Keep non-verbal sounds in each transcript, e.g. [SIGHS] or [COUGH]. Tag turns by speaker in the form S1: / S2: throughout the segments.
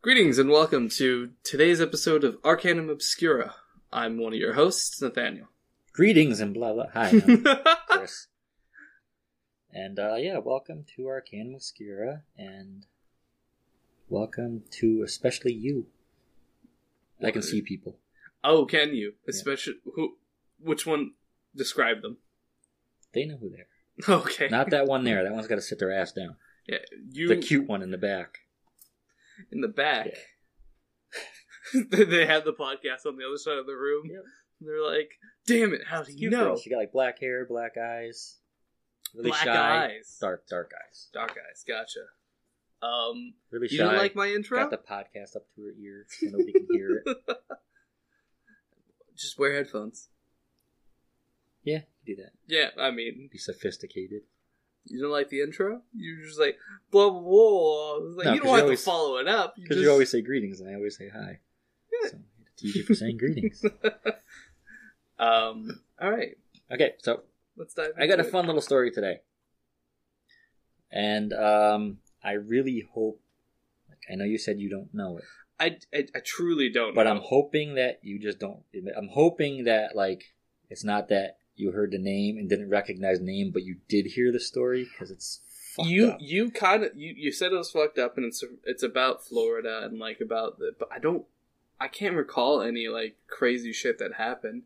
S1: Greetings and welcome to today's episode of Arcanum Obscura. I'm one of your hosts, Nathaniel.
S2: Greetings and blah blah. Hi,
S1: [LAUGHS]
S2: I'm Chris. And uh, yeah, welcome to Arcanum Obscura, and welcome to especially you. I can see people.
S1: oh, can you? Especially who? Which one? Describe them. [LAUGHS]
S2: They know who they are.
S1: Okay.
S2: Not that one there. That one's got to sit their ass down.
S1: yeah, you
S2: The cute one in the back.
S1: in the back. [LAUGHS] they have the podcast on the other side of the room.
S2: Yep.
S1: They're like, "Damn it! How do you
S2: Cute
S1: know?"
S2: girl. She got like black hair, black eyes, really
S1: Black
S2: shy,
S1: eyes,
S2: dark, dark eyes.
S1: dark eyes. Gotcha. Um,
S2: Really
S1: you
S2: shy.
S1: didn't like my intro?
S2: got the [LAUGHS] podcast up to her ear, so nobody can hear it. [LAUGHS]
S1: [LAUGHS] Just wear headphones.
S2: Yeah, do that.
S1: Yeah, I mean,
S2: Be sophisticated.
S1: You don't like the intro? You're just like blah blah blah. It's Like
S2: No,
S1: you don't
S2: 'cause you
S1: have
S2: always-
S1: to follow it up.
S2: Because you
S1: just-
S2: always say greetings, and I always say hi.
S1: Yeah.
S2: So I had to teach you for saying
S1: [LAUGHS]
S2: greetings.
S1: um. All right,
S2: Okay, so
S1: let's dive.
S2: I got
S1: into
S2: a
S1: it.
S2: fun little story today, and um, I really hope. Like, I know you said you don't know it,
S1: I, I I truly don't.
S2: but
S1: know.
S2: I'm hoping that you just don't. I'm hoping that like it's not that you heard the name and didn't recognize the name, but you did hear the story because it's fucked
S1: you
S2: up.
S1: you kind of you, you said it was fucked up, and it's it's about Florida and like about the. But I don't. I can't recall any like crazy shit that happened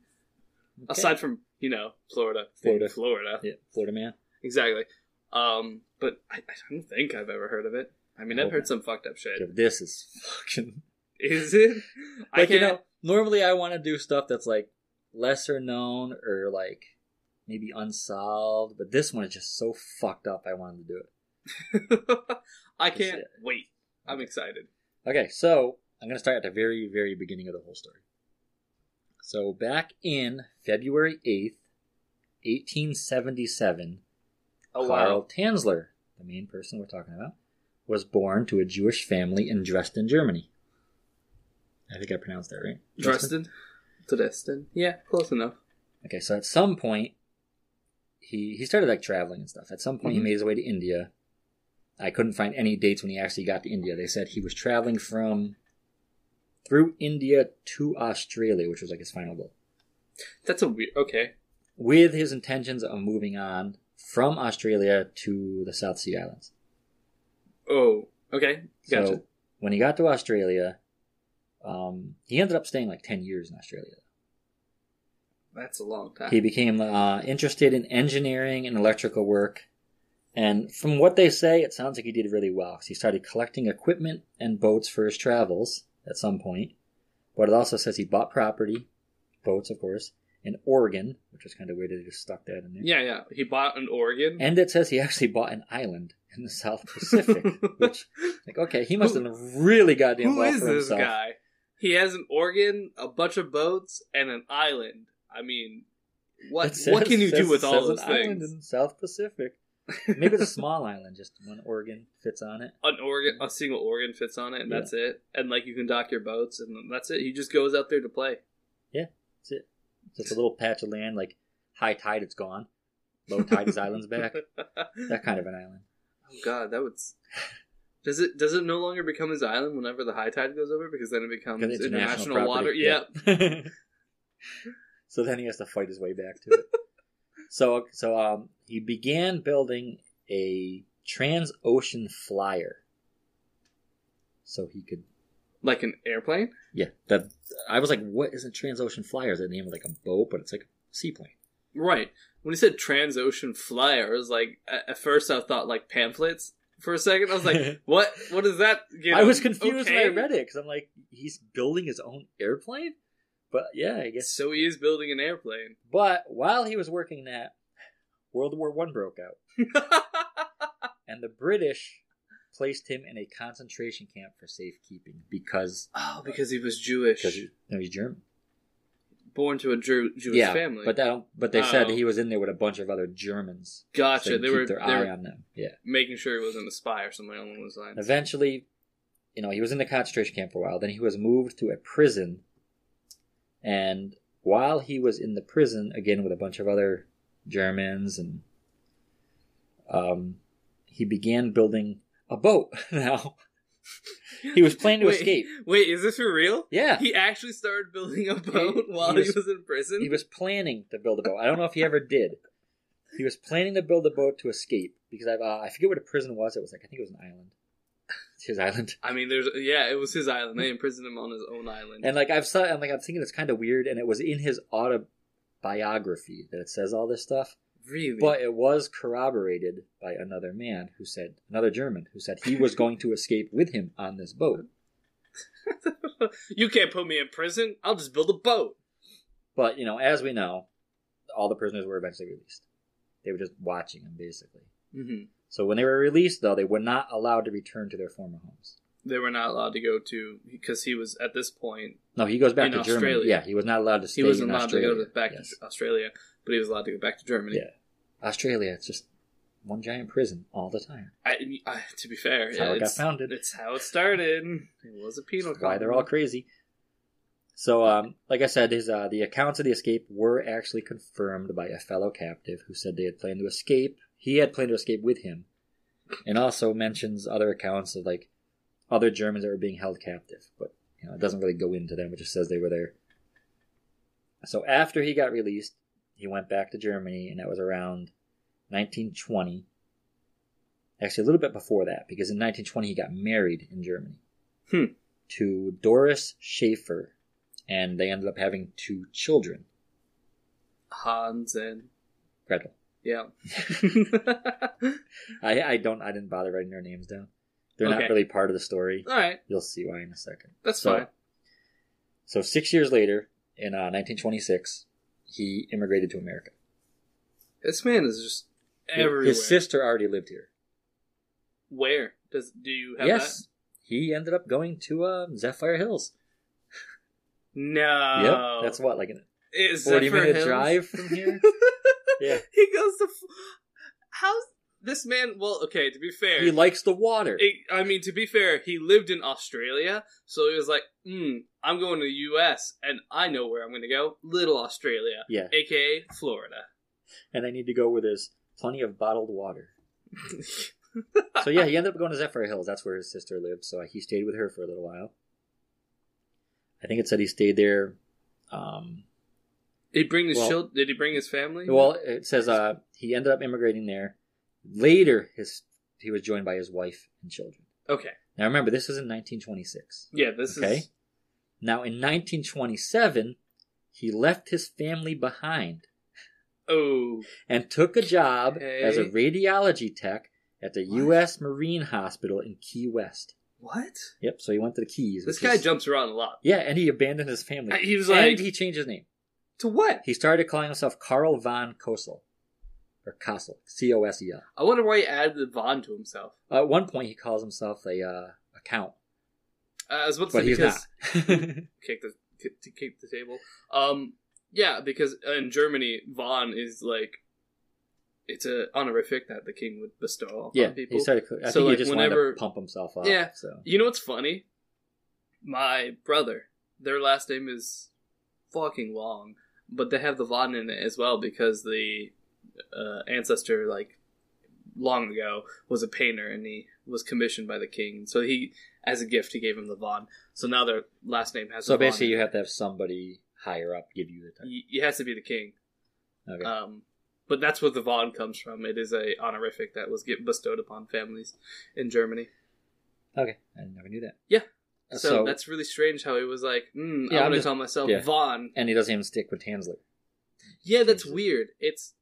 S2: Okay.
S1: aside from you know Florida, being
S2: Florida.
S1: Florida,
S2: yeah, Florida man.
S1: exactly. Um, but I, I don't think I've ever heard of it. I mean, I've
S2: Oh.
S1: heard some fucked up shit.
S2: This is fucking.
S1: Is it? I
S2: like you
S1: can't.
S2: know normally i want to do stuff that's like lesser known or like maybe unsolved but this one is just so fucked up i wanted to do it
S1: [LAUGHS] I
S2: That's
S1: can't
S2: it.
S1: wait. I'm excited.
S2: okay so i'm going to start at the very very beginning of the whole story so back in february 8th 1877
S1: Oh
S2: carl tansler the main person we're talking about was born to a jewish family in dresden germany i think i pronounced that right
S1: Dresden. Dresden. Yeah, close enough.
S2: Okay, so at some point, he he started like traveling and stuff. At some point,
S1: Mhm.
S2: he made his way to India. I couldn't find any dates when he actually got to India. They said he was traveling from through India to Australia, which was like his final goal,
S1: That's a weird. Okay.
S2: with his intentions of moving on from Australia to the South Sea Islands.
S1: Oh. Okay. Gotcha.
S2: So when he got to Australia, um, he ended up staying like ten years in Australia.
S1: That's a long time.
S2: He became uh, interested in engineering and electrical work. And from what they say, it sounds like he did really well 'cause he started collecting equipment and boats for his travels at some point. But it also says he bought property, boats, of course, in Oregon, which is kind of weird that they just stuck that in there.
S1: yeah, yeah. He bought an organ.
S2: And it says he actually bought an island in the
S1: [LAUGHS]
S2: South Pacific, which, like, okay, he must have been really goddamn
S1: Who
S2: well
S1: is
S2: for
S1: this
S2: himself.
S1: guy? He has an organ, a bunch of boats, and an island. I mean, what
S2: It
S1: what
S2: says-
S1: can you
S2: says-
S1: do with all
S2: says
S1: those
S2: an island
S1: things?
S2: in South Pacific. Maybe it's a small [LAUGHS] island, just one organ fits on it.
S1: An organ, a single organ fits on it, and
S2: Yeah.
S1: that's it. And like you can dock your boats, and that's it. He just goes out there to play.
S2: That's it. It's just a little patch of land, like high tide, it's gone. Low tide, his
S1: [LAUGHS]
S2: island's back. That kind of an island.
S1: Oh God, that would. s- Does it does it no longer become his island whenever the high tide goes over because then Um, it becomes
S2: Because it's
S1: international,
S2: property,
S1: water? Yeah.
S2: yeah. [LAUGHS] so then he has to fight his way back to it. [LAUGHS] so so um, he began building a trans-ocean flyer, so he could.
S1: like an airplane.
S2: Yeah, that I was like, what is a trans-ocean flyer? Is that the name of like a boat, but it's like a seaplane?
S1: Right. When he said transocean flyer, I was like at at first I thought like pamphlets for a second. I was [LAUGHS]
S2: [LAUGHS]
S1: like, what? What is that? You
S2: I
S1: know,
S2: was confused
S1: okay.
S2: when I read it because I'm like, he's building his own airplane, but yeah, I guess.
S1: So he is building an airplane. [LAUGHS]
S2: But while he was working that, World War One broke out, and the British placed him in a concentration camp for safekeeping because
S1: oh, because he was Jewish,
S2: because he, no, he's German.
S1: born to a Jew- Jewish family.
S2: but that, but they said
S1: Oh.
S2: he was in there with a bunch of other Germans. so
S1: gotcha.
S2: they'd
S1: They
S2: keep
S1: were they
S2: their eye
S1: were
S2: on them. Yeah.
S1: making sure he wasn't a spy or something along those lines.
S2: Eventually, you know, he was in the concentration camp for a while. Then he was moved to a prison, and while he was in the prison, again with a bunch of other Germans, and um, he began building a boat. [LAUGHS] Now, He was planning to
S1: Wait.
S2: escape.
S1: [LAUGHS] Wait, is this for real?
S2: [LAUGHS] Yeah.
S1: He actually started building a boat [LAUGHS]
S2: He-
S1: while
S2: he
S1: he
S2: was-
S1: was, in prison.
S2: He was planning to build a boat. I don't know if he ever did. He was planning to build a boat to escape because I uh, I forget what a prison was. It was like I think it was an island. [LAUGHS] It's his island.
S1: I mean, there's yeah, it was his island. They imprisoned him on his own island.
S2: And like I've saw, and like I'm thinking it's kind of weird. And it was in his autobiography that it says all this stuff.
S1: really,
S2: But it was corroborated by another man who said, another German who said he was going to escape with him on this boat.
S1: you can't put me in prison. I'll just build a boat.
S2: But, you know, as we know, all the prisoners were eventually released. They were just watching him, basically.
S1: hmm
S2: So when they were released, though, they were not allowed to return to their former homes.
S1: They were not allowed to go to because he was at this point.
S2: No, he goes back
S1: In
S2: to Germany.
S1: Australia.
S2: Yeah, he was not allowed to stay
S1: He wasn't
S2: in
S1: allowed
S2: Australia.
S1: to go to, back
S2: Yes.
S1: to Australia, but he was allowed to go back to Germany.
S2: Yeah. Australia, it's just one giant prison all the time.
S1: I, I, to be fair,
S2: That's
S1: yeah,
S2: how it got
S1: it's,
S2: founded.
S1: it's how it started. It was a penal
S2: why
S1: colony.
S2: they're all crazy. So, um, like I said, his uh, the accounts of the escape were actually confirmed by a fellow captive who said they had planned to escape. He had planned to escape with him, and also mentions other accounts of like other Germans that were being held captive. But you know, it doesn't really go into them. It just says they were there. So after he got released, he went back to Germany, and that was around 1920. Actually, a little bit before that, because in 1920 he got married in Germany to Doris Schaefer, and they ended up having two children,
S1: Hans and
S2: Gretel. [LAUGHS]
S1: yeah. [LAUGHS]
S2: I, I don't I didn't bother writing their names down. They're not
S1: Okay.
S2: really part of the story.
S1: all right,
S2: You'll see why in a second.
S1: that's
S2: So-
S1: fine.
S2: So six years later, in uh, 1926, he immigrated to America.
S1: This man is just
S2: His-
S1: everywhere.
S2: His sister already lived here.
S1: Where does do you have
S2: yes,
S1: that?
S2: he ended up going to uh, Zephyr Hills.
S1: No.
S2: Yep, that's what like a
S1: Is
S2: 40
S1: Zephyr
S2: minute
S1: Oh. Hills?
S2: drive from
S1: [LAUGHS]
S2: here. yeah,
S1: He goes to. f- How's this man? Well, okay. To be fair,
S2: he likes the water.
S1: It- I mean, to be fair, he lived in Australia, so he was like, mm, "I'm going to the U.S. and I know where I'm going to go, Little Australia,
S2: yeah,
S1: aka Florida." [LAUGHS]
S2: and I need to go where there's plenty of bottled water. so yeah, he ended up going to Zephyr Hills. That's where his sister lived. So he stayed with her for a little while. I think it said he stayed there. Um,
S1: Did he bring his
S2: Well-
S1: chil- Did he bring his family?
S2: well, it says uh, he ended up immigrating there. Later, his he was joined by his wife and children.
S1: okay,
S2: Now remember, this is in 1926.
S1: yeah, this
S2: Okay.
S1: is
S2: Now in 1927, he left his family behind
S1: oh,
S2: and took a job
S1: Okay.
S2: as a radiology tech at the
S1: What?
S2: U.S. Marine Hospital in Key West.
S1: what?
S2: Yep. So he went to the Keys.
S1: This
S2: which
S1: guy
S2: is-
S1: jumps around a lot.
S2: Yeah, and he abandoned his family.
S1: He was
S2: and
S1: like-
S2: he changed his name.
S1: To what?
S2: He started calling himself Carl von Kossel, or Kossel, C O S E L.
S1: I wonder why he added the Vaughn to himself.
S2: At one point, he calls himself a uh, a count,
S1: Uh, I was about to
S2: but
S1: say
S2: he's
S1: because
S2: not. [LAUGHS] yeah,
S1: kick the kick, to kick the table. Um, yeah, because in Germany, Vaughn is like it's a honorific that the king would bestow on people.
S2: he started. I
S1: So,
S2: think
S1: like,
S2: he just wanted
S1: whenever-
S2: to pump himself up.
S1: Yeah.
S2: So
S1: you know what's funny? My brother, their last name is fucking long, but they have the Vaughn in it as well because the uh, ancestor like long ago was a painter and he was commissioned by the king. So he, as a gift, he gave him the Vaughn. So now their last name has.
S2: so
S1: the Vaughn
S2: basically,
S1: in
S2: you
S1: it.
S2: have to have somebody higher up give you the title.
S1: Y- it has to be the king.
S2: Okay.
S1: Um, but that's where the Vaughn comes from. It is a honorific that was get bestowed upon families in Germany.
S2: okay. I never knew that.
S1: Yeah.
S2: Uh,
S1: So, that's really strange how he was like, mm,
S2: Yeah,
S1: I
S2: I'm
S1: want to
S2: just-
S1: call myself
S2: yeah.
S1: Vaughn.
S2: and he doesn't even stick with Tansler.
S1: Yeah, that's
S2: Jesus.
S1: weird. It's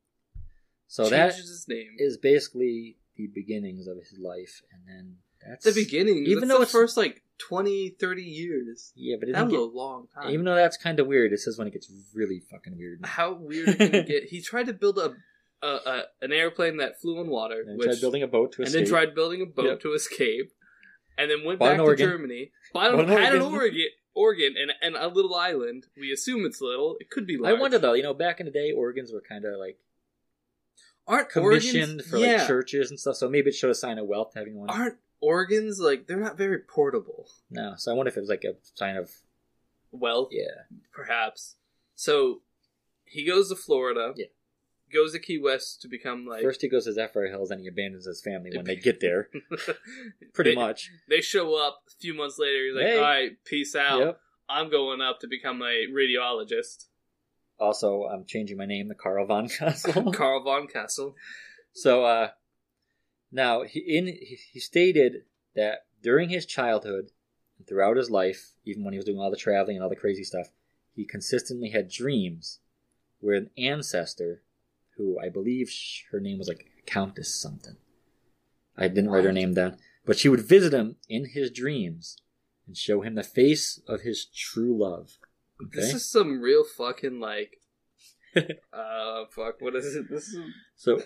S2: So that
S1: changes his name.
S2: is basically the beginnings of his life, and then that's
S1: the beginning,
S2: even
S1: even
S2: though
S1: though the
S2: it's-
S1: first like 20, 30 years.
S2: Yeah, but it
S1: That
S2: didn't
S1: was
S2: get
S1: a long time.
S2: Even though that's kind of weird, it says when it gets really fucking weird.
S1: How weird can
S2: [LAUGHS]
S1: it get? He tried to build a, a, a an airplane that flew on water,
S2: And
S1: which
S2: tried building a boat to
S1: and
S2: escape.
S1: then tried building a boat
S2: Yep.
S1: to escape, and then went
S2: Bought an
S1: back to
S2: organ.
S1: Germany, bought,
S2: Bought an
S1: had an
S2: organ.
S1: Oregon, Oregon, and, and a little island. We assume it's little. It could be.
S2: I
S1: Large.
S2: wonder though, you know, back in the day, organs were kind of like
S1: aren't
S2: commissioned
S1: Oregons,
S2: for
S1: yeah,
S2: like churches and stuff, so maybe it showed a sign of wealth having one.
S1: aren't Oregon's like they're not very portable?
S2: No, so I wonder if it was like a sign of
S1: Well,
S2: yeah.
S1: perhaps. So he goes to Florida.
S2: Yeah.
S1: goes to Key West to become like
S2: First, he goes to Zephyr Hills, and he abandons his family
S1: [LAUGHS]
S2: when they get there. Pretty
S1: They-
S2: much.
S1: [LAUGHS] They show up a few months later. He's like,
S2: Hey.
S1: "All right, peace [LAUGHS] out.
S2: Yep.
S1: I'm going up to become a
S2: [LAUGHS]
S1: radiologist."
S2: Also, I'm changing my name to Carl
S1: [LAUGHS]
S2: von Castle.
S1: Carl von Castle.
S2: so, uh, now he in he, he stated that during his childhood, and throughout his life, even when he was doing all the traveling and all the crazy stuff, he consistently had dreams where an ancestor, who I believe sh- her name was like Countess something, I didn't write her name down, but she would visit him in his dreams and show him the face of his true love. Okay.
S1: This is some real fucking
S2: [LAUGHS]
S1: like, uh, fuck. What is it? This is
S2: So,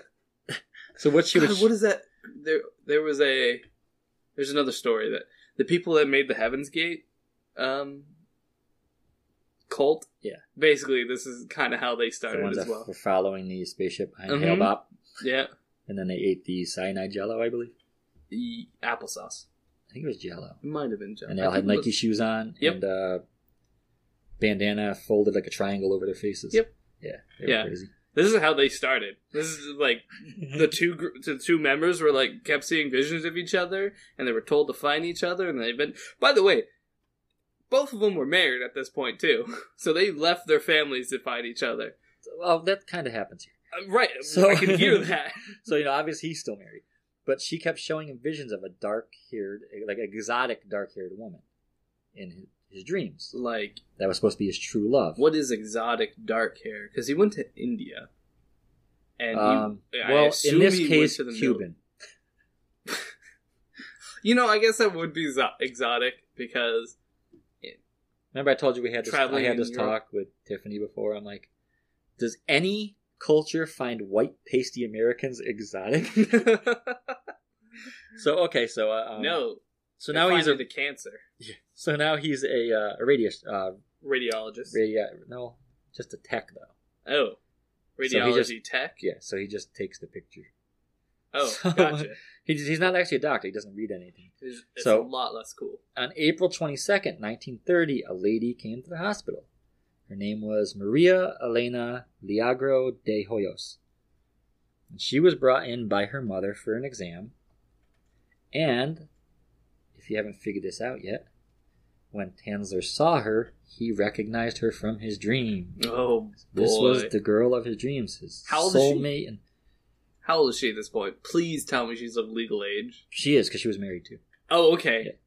S2: [LAUGHS] so what she
S1: God,
S2: was
S1: what is that? There, there was a. There's another story that the people that made the Heaven's Gate, um, cult.
S2: Yeah.
S1: Basically, this is kind of how they
S2: the
S1: started
S2: ones
S1: as
S2: that
S1: well.
S2: were following the spaceship and
S1: Mhm.
S2: Hale-Bopp,
S1: Yeah.
S2: and then they ate the cyanide Jello, I believe.
S1: E- applesauce.
S2: I think it was Jello,
S1: It might have been John.
S2: and they all had Nike shoes on
S1: Yep.
S2: and uh, bandana folded like a triangle over their faces.
S1: Yep.
S2: Yeah. They were
S1: Yeah.
S2: Crazy. [LAUGHS]
S1: This is how they started. This is like the two gr- the two members were like kept seeing visions of each other, and they were told to find each other, and they've been. By the way, both of them were married at this point too, [LAUGHS] so they left their families to find each other.
S2: well, that kind of happens here.
S1: Uh, Right,
S2: So-
S1: I can
S2: [LAUGHS]
S1: hear that.
S2: So you know, obviously he's still married, but she kept showing him visions of a dark-haired, like exotic dark-haired woman in his, his dreams
S1: Like,
S2: that was supposed to be his true love.
S1: what is exotic dark hair? Because he went to India, and
S2: Um,
S1: he, I
S2: well,
S1: assume
S2: in this
S1: he went
S2: case,
S1: to the
S2: Cuban.
S1: middle- You know, I guess that would be zo- exotic because
S2: Remember, I told you we had this, I
S1: Traveling
S2: had
S1: in
S2: this
S1: Europe.
S2: talk with Tiffany before. I'm like, does any culture find white pasty
S1: [LAUGHS]
S2: Americans exotic? so okay, so uh, um,
S1: no.
S2: so now he's a
S1: the cancer
S2: [LAUGHS] so now he's a uh, a radio uh,
S1: radiologist.
S2: radio no just a tech though.
S1: Oh,
S2: he just-
S1: radiology tech.
S2: Yeah, so he just takes the picture.
S1: Oh,
S2: [LAUGHS] So-
S1: gotcha.
S2: He, he's not actually a doctor. He doesn't read anything.
S1: It's, it's
S2: So-
S1: a lot less cool.
S2: On April 22nd, 1930, a lady came to the hospital. Her name was Maria Elena Liagro de Hoyos. And she was brought in by her mother for an exam. And, if you haven't figured this out yet, when Tansler saw her, he recognized her from his dream.
S1: Oh boy,
S2: This was the girl of his dreams, his
S1: How old is she?
S2: soulmate. And
S1: how old is she at this point? Please tell me she's of legal age.
S2: she is, because she was married too.
S1: Oh, okay,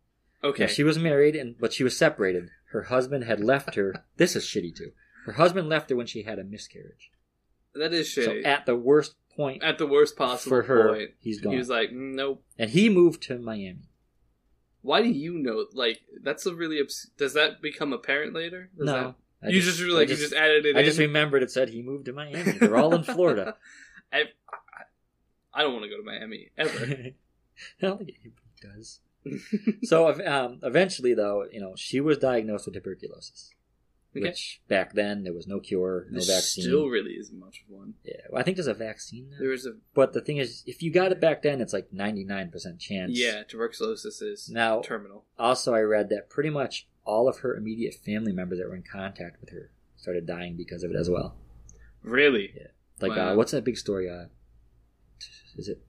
S1: okay.
S2: Yeah, she was married, and but she was separated. Her husband had left her. this is shitty too. Her husband left her when she had a miscarriage.
S1: that is shitty.
S2: So
S1: at,
S2: at the worst point
S1: the worst possible
S2: for her,
S1: point,
S2: he's gone,
S1: he was like, "Mm, nope.
S2: and he moved to Miami.
S1: Why do you know? Like, that's a really. Obs- Does that become apparent later? Does
S2: no,
S1: that- you just, like
S2: I
S1: you just added it.
S2: I
S1: in?
S2: just remembered it said he moved to Miami. They're all in Florida.
S1: I, I, I don't want to go to Miami [LAUGHS] ever.
S2: [LAUGHS] I don't think anybody does. [LAUGHS] so um, eventually, though, you know, she was diagnosed with tuberculosis,
S1: Okay.
S2: which back then there was no cure, no
S1: There
S2: vaccine.
S1: Still, really isn't much of one.
S2: Yeah, well, I think there's a vaccine now.
S1: There is a
S2: But the thing is, if you got it back then, it's like 99% chance.
S1: yeah tuberculosis is
S2: Now,
S1: terminal.
S2: also, I read that pretty much all of her immediate family members that were in contact with her started dying because of it as well.
S1: Really?
S2: Like, uh,
S1: Wow.
S2: what's that big story? Uh, t- is it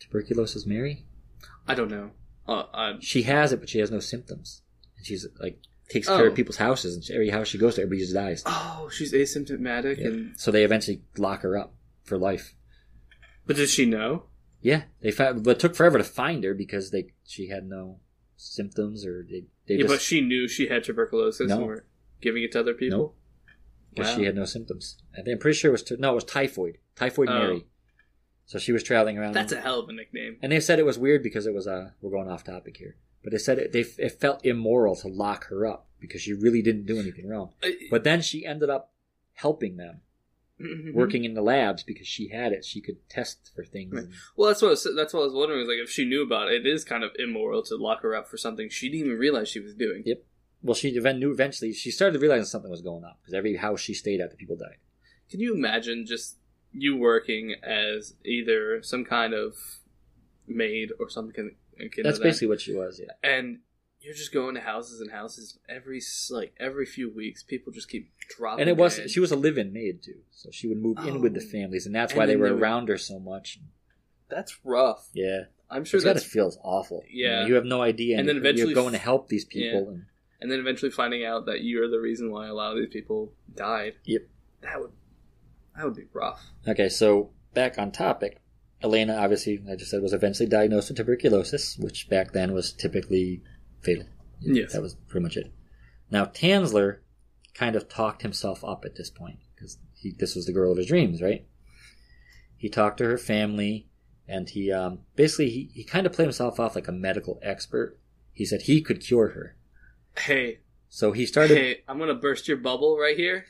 S2: tuberculosis Mary?
S1: I don't know. Uh, I,
S2: She has it, but she has no symptoms. And she's like, takes care of
S1: Oh.
S2: people's houses, and every house she goes to, everybody just dies.
S1: oh, she's asymptomatic,
S2: Yeah.
S1: and
S2: So they eventually lock her up for life.
S1: but does she know?
S2: Yeah, they found, but it took forever to find her because they she had no symptoms or they, they
S1: yeah,
S2: just
S1: but she knew she had tuberculosis
S2: No.
S1: and were giving it to other people.
S2: Nope. because
S1: Wow.
S2: she had no symptoms. I think, I'm pretty sure it was t- no, it was typhoid, typhoid
S1: Oh.
S2: Mary. So she was traveling around.
S1: That's a hell of a nickname.
S2: and they said it was weird because it was uh, we're going off topic here, but they said it, they it felt immoral to lock her up because she really didn't do anything wrong. [LAUGHS]
S1: I-
S2: But then she ended up helping them,
S1: mm-hmm.
S2: working in the labs because she had it. She could test for things.
S1: Right.
S2: and-
S1: Well, that's what I was, that's what I was wondering. Is like if she knew about it, it is kind of immoral to lock her up for something she didn't even realize she was doing.
S2: Yeah. Well, she even knew eventually she started realizing something was going on because every house she stayed at, the people died.
S1: Can you imagine just you working as either some kind of maid or something? akin to
S2: That's
S1: that?
S2: basically what she was. Yeah.
S1: and you're just going to houses and houses every s- like every few weeks. People just keep dropping.
S2: and it was
S1: dead.
S2: she was a live-in maid too, so she would move in with the
S1: Oh.
S2: families, and that's
S1: And
S2: why they
S1: then
S2: were
S1: they would-
S2: around her so much.
S1: that's rough.
S2: Yeah,
S1: I'm sure
S2: sure, that
S1: that's
S2: feels awful. You know,
S1: Yeah.
S2: you have no idea, and,
S1: And then eventually-
S2: you're going to help these people. And
S1: and then eventually finding out that you're the reason why a lot of these people died.
S2: Yep.
S1: That would that would be rough.
S2: Okay, so back on topic. Elena, obviously, I just said, was eventually diagnosed with tuberculosis, which back then was typically fatal.
S1: Yes.
S2: That was pretty much it. Now, Tansler kind of talked himself up at this point because this was the girl of his dreams, right? He talked to her family and he um, basically he, he kind of played himself off like a medical expert. He said he could cure her.
S1: Hey,
S2: So he started.
S1: hey, I'm gonna burst your bubble right here.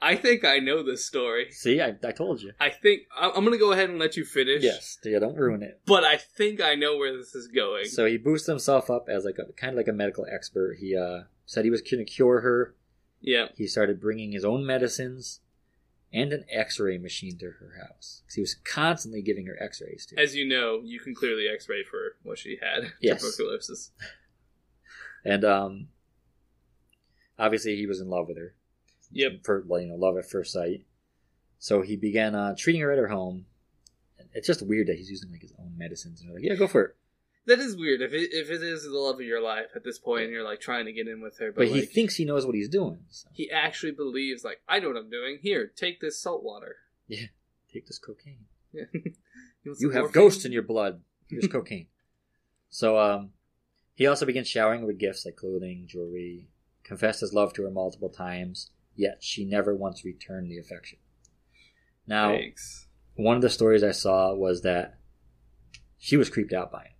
S1: I think I know this story.
S2: See, I, I told you.
S1: I think I- I'm gonna go ahead and let you finish.
S2: Yes, yeah, don't ruin it.
S1: But I think I know where this is going.
S2: So he boosted himself up as like a kind of like a medical expert. He uh, said he was going to cure her.
S1: yeah.
S2: He started bringing his own medicines and an X-ray machine to her house 'Cause he was constantly giving her X-rays to.
S1: As you know, you can clearly X-ray for what she had [LAUGHS]
S2: Yes.
S1: tuberculosis.
S2: and um, obviously he was in love with her.
S1: Yep.
S2: For well, you know, love at first sight. So he began uh, treating her at her home. It's just weird that he's using like his own medicines. And they're like, yeah, go for it.
S1: That is weird. If it, if it is the love of your life at this point, and you're like trying to get in with her,
S2: But,
S1: but,
S2: he
S1: like,
S2: thinks he knows what he's doing. So
S1: he actually believes like I know what I'm doing. Here, take this salt water. [LAUGHS]
S2: take this cocaine.
S1: Yeah. want
S2: You
S1: some
S2: have
S1: morphine?
S2: ghosts in your blood.
S1: [LAUGHS]
S2: Here's cocaine. So um, he also began showering her with gifts like clothing, jewelry, confessed his love to her multiple times, yet she never once returned the affection. Now,
S1: Thanks.
S2: one of the stories I saw was that she was creeped out by him.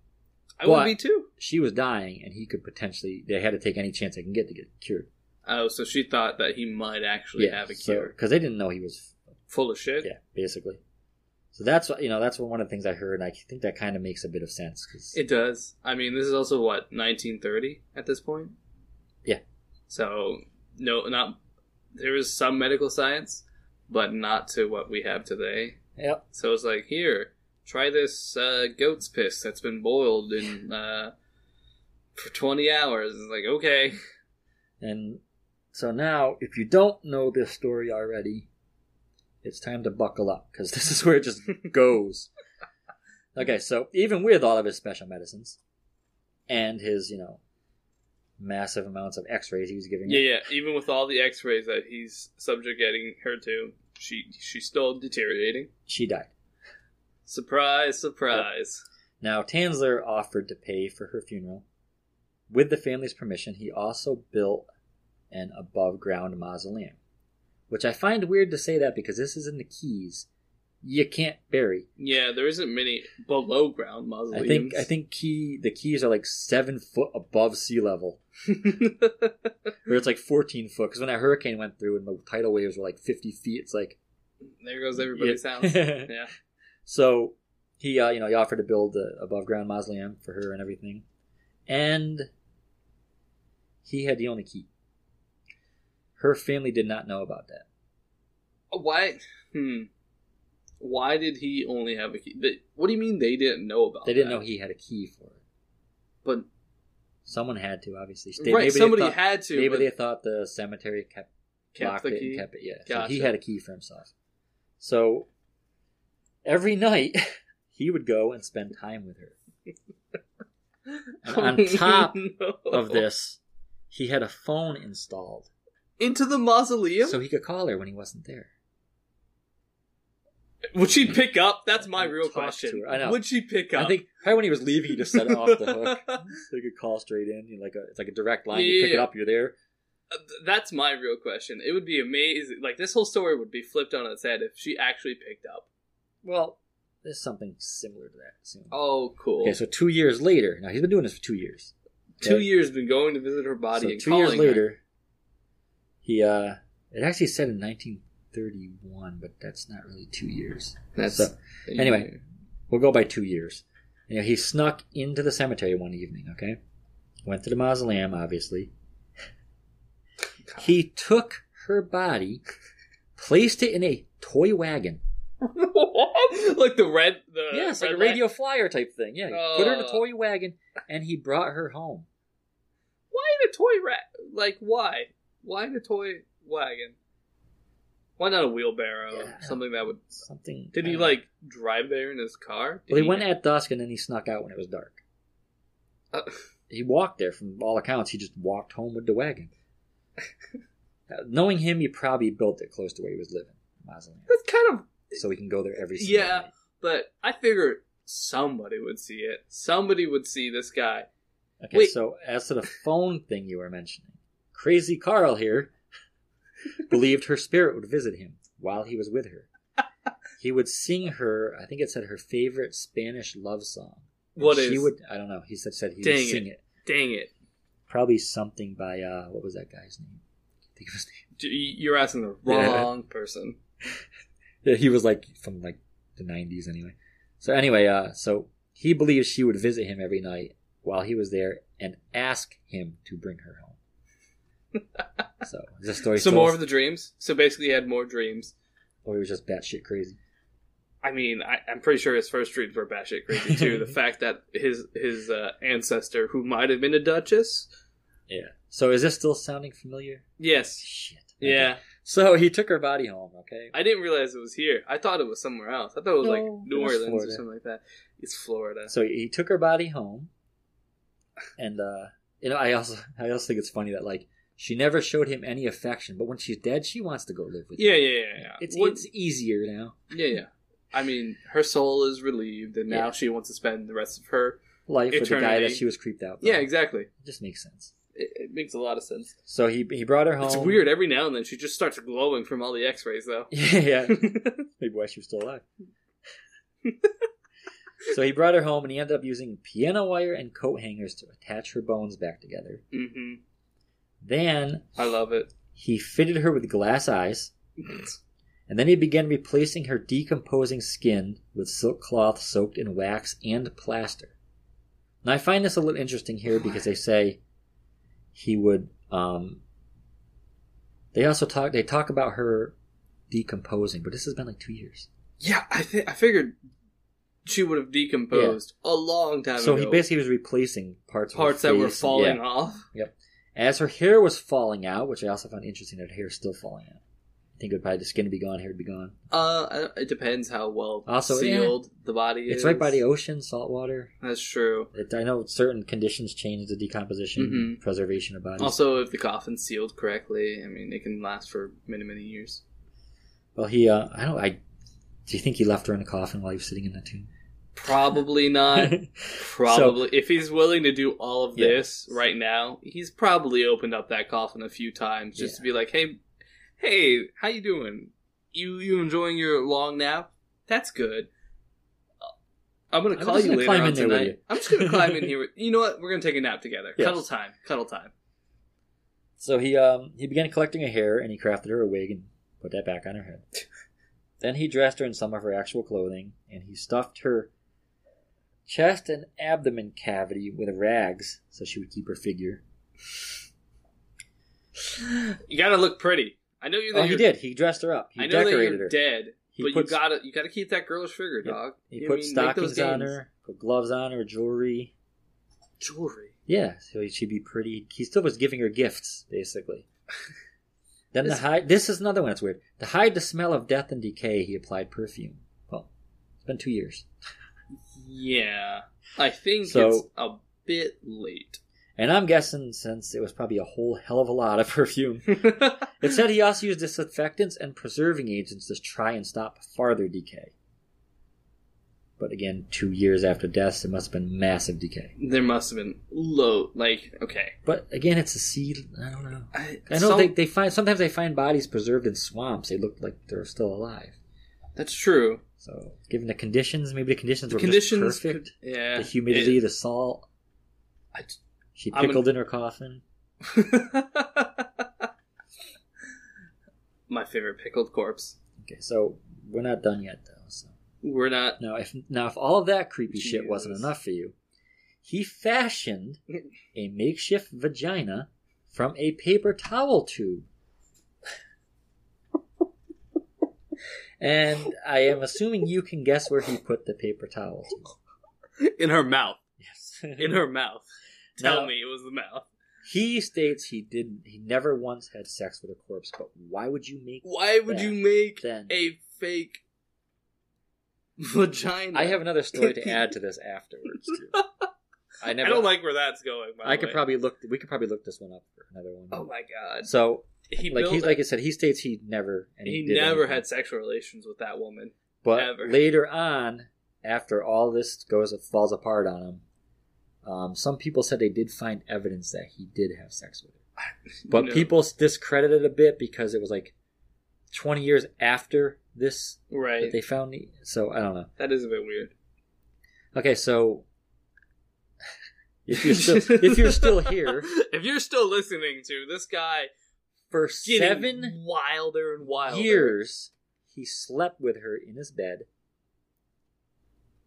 S1: I would
S2: but-
S1: be too.
S2: She was dying, and he could potentially, they had to take any chance they can get to get cured.
S1: Oh, so she thought that he might actually have a cure.
S2: Because they didn't know he was
S1: Full of shit.
S2: yeah, basically. So that's what you know. That's one of the things I heard, and I think that kind of makes a bit of sense. 'cause-
S1: It does. I mean, this is also what 1930 at this point.
S2: Yeah.
S1: So no, not there is some medical science, but not to what we have today.
S2: yep.
S1: So it's like here, try this uh, goat's piss that's been boiled
S2: [LAUGHS]
S1: in uh, for 20 hours. It's like okay,
S2: And so now, if you don't know this story already, it's time to buckle up because [LAUGHS] this is where it just
S1: [LAUGHS]
S2: goes. Okay, so even with all of his special medicines and his, you know, massive amounts of X-rays he was giving, her,
S1: yeah, yeah. Even with all the X-rays that he's subjecting her to, she she's still deteriorating.
S2: she died.
S1: Surprise, surprise.
S2: Now, Tansler offered to pay for her funeral. With the family's permission, he also built an above ground mausoleum, which I find weird to say that because this is in the Keys. You can't bury.
S1: Yeah, there isn't many below ground mausoleums.
S2: I think I think key the keys are like seven foot above sea level,
S1: [LAUGHS]
S2: or it's like fourteen foot. Because when that hurricane went through and the tidal waves were like fifty feet, it's like
S1: there goes everybody's
S2: Yeah. [LAUGHS]
S1: house. Yeah.
S2: So he, uh, you know, he offered to build the above ground mausoleum for her and everything, and he had the only key. Her family did not know about that.
S1: Uh, Why? Hmm. Why did he only have a key? They, what do you mean they didn't know about?
S2: They didn't
S1: that?
S2: know he had a key for it.
S1: But
S2: Someone had to, obviously. They-
S1: right,
S2: maybe they
S1: somebody
S2: thought-
S1: had to.
S2: Maybe
S1: but
S2: they thought the cemetery kept,
S1: kept
S2: locked
S1: the
S2: it
S1: key.
S2: and kept it. Yeah, so he
S1: Gotcha.
S2: had a key for himself. So every night [LAUGHS] he would go and spend time with her.
S1: [LAUGHS]
S2: And on top
S1: Oh, No.
S2: Of this, he had a phone installed
S1: into the mausoleum,
S2: so he could call her when he wasn't there.
S1: would she pick up? That's my
S2: And
S1: real
S2: talk to
S1: question.
S2: her. I know.
S1: Would she pick up?
S2: I think probably when he was leaving, he just set it off the
S1: [LAUGHS]
S2: hook. So you could call straight in, you know, like a, it's like a direct line. you
S1: Yeah,
S2: pick it
S1: yeah.
S2: up, you're there.
S1: Uh, th- That's my real question. It would be amazing. Like this whole story would be flipped on its head if she actually picked up.
S2: Well, there's something similar to that soon.
S1: Oh, cool.
S2: Okay, so two years later, now he's been doing this for two years.
S1: two
S2: Okay?
S1: years been going to visit her body
S2: So
S1: and
S2: two years
S1: calling
S2: later, he uh, it actually said in 1931, but that's not really two years.
S1: That's-
S2: So,
S1: her. [LAUGHS]
S2: anyway. we'll go by two years. You know, he snuck into the cemetery one evening. Okay, went to the mausoleum, obviously. He took her body, placed it in a toy wagon.
S1: like the red the
S2: yes, like a
S1: red
S2: radio flyer type thing. Yeah, he put her in a
S1: Uh, Uh.
S2: toy wagon, and he brought her home.
S1: a toy rack? Like, why? Why in a toy wagon? Why not a wheelbarrow?
S2: Yeah.
S1: Something that would.
S2: Something.
S1: Did
S2: I
S1: he
S2: don't know.
S1: like drive there in his car? Did
S2: Well, he
S1: he-
S2: went at dusk and then he snuck out when it was dark.
S1: Uh.
S2: he walked there. From all accounts, he just walked home with
S1: [LAUGHS]
S2: the wagon. Uh, Knowing him, he probably built it close to where he was living, mausoleum,
S1: That's kind of.
S2: so he can go there every single
S1: Yeah,
S2: night.
S1: but I figure somebody would see it. Somebody would see this guy.
S2: Okay,
S1: Wait.
S2: so as to the phone thing you were mentioning, Crazy
S1: [LAUGHS]
S2: Carl here believed her spirit would visit him while he was with her.
S1: [LAUGHS]
S2: He would sing her, I think it said her favorite Spanish love song.
S1: What
S2: she
S1: is?
S2: would, I don't know. He said said he
S1: Dang
S2: would
S1: it.
S2: sing it.
S1: Dang it!
S2: probably something by uh what was that guy's name? I can't think of his name.
S1: D- You're asking the
S2: Yeah.
S1: wrong person.
S2: [LAUGHS] Yeah, he was like from like the nineties anyway. So anyway, uh so he believes she would visit him every night while he was there and ask him to bring her home.
S1: [LAUGHS]
S2: so this story
S1: Some
S2: so
S1: more of the dreams. So basically, he had more dreams.
S2: or he was just batshit crazy.
S1: I mean, I, I'm pretty sure his first dreams were batshit crazy too.
S2: [LAUGHS]
S1: the fact that his his uh, ancestor, who might have been a duchess,
S2: Yeah. So is this still sounding familiar?
S1: yes,
S2: Shit. Okay.
S1: yeah,
S2: So he took her body home, okay?
S1: I didn't realize it was here. I thought it was somewhere else. I thought it was like
S2: No,
S1: New
S2: it was
S1: Orleans or
S2: Florida.
S1: something like that. It's Florida.
S2: So he took her body home, and uh, you know, I also I also think it's funny that like she never showed him any affection, but when she's dead, she wants to go live with.
S1: Yeah,
S2: him.
S1: yeah, yeah, yeah.
S2: It's
S1: What-
S2: it's easier now.
S1: yeah, yeah. I mean, her soul is relieved, and now
S2: Yeah.
S1: she wants to spend the rest of her.
S2: Life with the guy that
S1: Eternity.
S2: she was creeped out. by.
S1: Yeah, exactly.
S2: it just makes sense.
S1: It, it makes a lot of sense.
S2: So he he brought her home.
S1: It's weird. Every now and then, she just starts glowing from all the X-rays, though. [LAUGHS]
S2: [LAUGHS] yeah, maybe why she was still alive. so he brought her home, and he ended up using piano wire and coat hangers to attach her bones back together.
S1: hmm
S2: Then
S1: I love it. [LAUGHS]
S2: he fitted her with glass eyes. And then he began replacing her decomposing skin with silk cloth soaked in wax and plaster. Now I find this a little interesting here because they say he would. Um, they also talk. They talk about her decomposing, but this has been like two years.
S1: Yeah, I think I figured she would have decomposed a long time
S2: So
S1: ago.
S2: he basically was replacing parts.
S1: parts
S2: of her
S1: that were
S2: face.
S1: falling
S2: Yeah.
S1: off.
S2: As her hair was falling out, which I also found interesting that her hair is still falling out. I think it would probably the skin would be gone, hair would be gone.
S1: Uh, I don't- it depends how well
S2: Also, yeah.
S1: sealed the body is.
S2: It's right by the ocean, salt water.
S1: That's true.
S2: It, I know certain conditions change the decomposition,
S1: Mhm.
S2: preservation of bodies.
S1: Also, if the coffin's sealed correctly, I mean, it can last for many, many years.
S2: well, he, uh, I don't, I, do you think he left her in a coffin while he was sitting in the tomb?
S1: Probably not. Probably, if he's willing to do all of
S2: Yeah.
S1: this right now, he's probably opened up that coffin a few times just to be like, "Hey, hey, how you doing? You you enjoying your long nap? That's good. I'm gonna
S2: I'm
S1: call
S2: just
S1: you
S2: gonna
S1: later
S2: climb
S1: on
S2: in there with
S1: tonight.
S2: you."
S1: I'm just gonna
S2: [LAUGHS]
S1: climb in here. With, you know what? We're gonna take a nap together.
S2: Yes.
S1: Cuddle time. Cuddle time.
S2: [LAUGHS] so he, um, he began collecting her hair and he crafted her a wig and put that back on her head. [LAUGHS] then he dressed her in some of her actual clothing and he stuffed her chest and abdomen cavity with rags so she would keep her figure.
S1: You gotta look pretty. I know you. That
S2: Oh, he
S1: you're-
S2: did. He dressed her up. He
S1: I know that
S2: decorated
S1: you're
S2: her.
S1: dead,
S2: He
S1: but
S2: puts-
S1: you gotta you gotta keep that girlish figure,
S2: Yep.
S1: dog.
S2: He
S1: You
S2: put
S1: mean, make those
S2: stockings on
S1: gains.
S2: her, put gloves on her, jewelry.
S1: Jewelry.
S2: Yeah, so she'd be pretty. He still was giving her gifts, basically. [LAUGHS] then
S1: This-
S2: the hide. This is another one that's weird. To hide the smell of death and decay, he applied perfume. Well, it's been two years,
S1: Yeah, I think
S2: So-
S1: it's a bit late. [LAUGHS]
S2: and I'm guessing since it was probably a whole hell of a lot of [LAUGHS] perfume. It said he also used disinfectants and preserving agents to try and stop farther decay. But again, two years after death, it must have been massive decay.
S1: there must have been low, like okay.
S2: But again, it's a seed. I don't know.
S1: I,
S2: I know
S1: some-
S2: they, they find sometimes they find bodies preserved in swamps. They look like they're still alive.
S1: that's true.
S2: So, given the conditions, maybe the conditions were
S1: Conditions,
S2: just perfect.
S1: could- yeah,
S2: the humidity, the salt.
S1: I-
S2: She
S1: I'm
S2: pickled in her coffin.
S1: it- [LAUGHS] my favorite pickled corpse.
S2: Okay, so we're not done yet, though. So
S1: We're not.
S2: now, if now if all of that creepy shit wasn't
S1: Jesus.
S2: enough for you, he fashioned a makeshift vagina from a paper
S1: [LAUGHS]
S2: towel tube. And I am assuming you can guess where he put the paper towel. tube.
S1: In her mouth.
S2: Yes.
S1: In her mouth. Tell
S2: No.
S1: me it was the mouth.
S2: He states he didn't. He never once had sex with a corpse. But why would you make
S1: Why would
S2: That-
S1: you make
S2: then?
S1: a fake vagina?
S2: I have another story to add
S1: [LAUGHS]
S2: to this afterwards. Too. I
S1: I
S2: never.
S1: don't like where that's going. By
S2: I could
S1: the way.
S2: probably look. We could probably look this one up for another one.
S1: Oh my god.
S2: So,
S1: He
S2: like
S1: built
S2: he,
S1: it.
S2: like I said, he states he never. And
S1: he
S2: did
S1: never
S2: anything.
S1: had sexual relations with that woman.
S2: But
S1: ever.
S2: later on, after all this goes falls apart on him, um, some people said they did find evidence that he did have sex with her. But
S1: No.
S2: people discredited it a bit because it was like 20 years after this that
S1: right?
S2: they found. The, so I don't know.
S1: that is a bit weird. [LAUGHS]
S2: Okay, so if you're still if you're still here
S1: [LAUGHS] if you're still listening to this guy
S2: for
S1: [LAUGHS] getting
S2: seven
S1: wilder and wilder,
S2: years, he slept with her in his bed,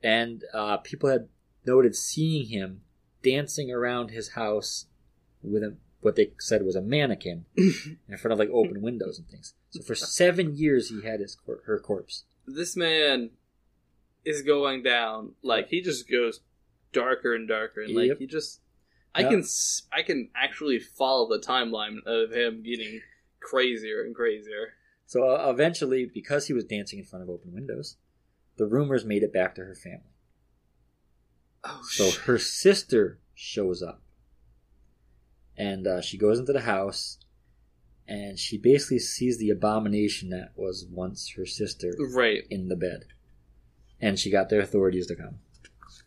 S2: and uh, people had noted seeing him dancing around his house with a, what they said was
S1: [LAUGHS]
S2: a mannequin in front of like open windows and things. So for seven years, he had his cor- her corpse.
S1: this man is going down. Like he just goes darker and darker, and
S2: Yep.
S1: like he just, I
S2: Yeah.
S1: can, s- I can actually follow the timeline of him getting crazier and crazier.
S2: So uh, eventually, because he was dancing in front of open windows, the rumors made it back to her family.
S1: Oh
S2: So
S1: shit!
S2: her sister shows up, and uh, she goes into the house, and she basically sees the abomination that was once her sister
S1: Right.
S2: in the bed, and she got their authorities to come.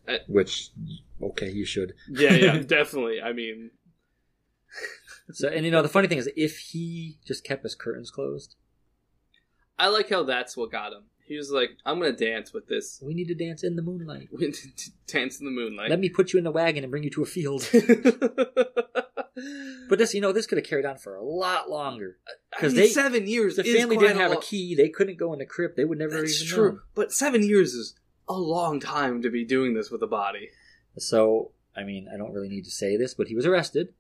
S1: Uh,
S2: Which, okay, you should.
S1: Yeah.
S2: [LAUGHS]
S1: Yeah. definitely. I mean,
S2: So, and you know, the funny thing is, if he just kept his curtains closed,
S1: I like how that's what got him. He was like, "I'm gonna dance with this." [LAUGHS]
S2: we need to dance in the moonlight.
S1: dance in the moonlight.
S2: [LAUGHS] Let me put you in the wagon and bring you to a field.
S1: [LAUGHS]
S2: But this, you know, this could have carried on for a lot longer.
S1: I
S2: 'Cause
S1: mean,
S2: they-
S1: seven years.
S2: The
S1: is
S2: family
S1: quite
S2: didn't have a
S1: lo-
S2: key; they couldn't go in the crypt. They would never
S1: That's
S2: even
S1: true.
S2: know.
S1: But seven years is a long time to be doing this with a body.
S2: So, I mean, I don't really need to say this, but he was arrested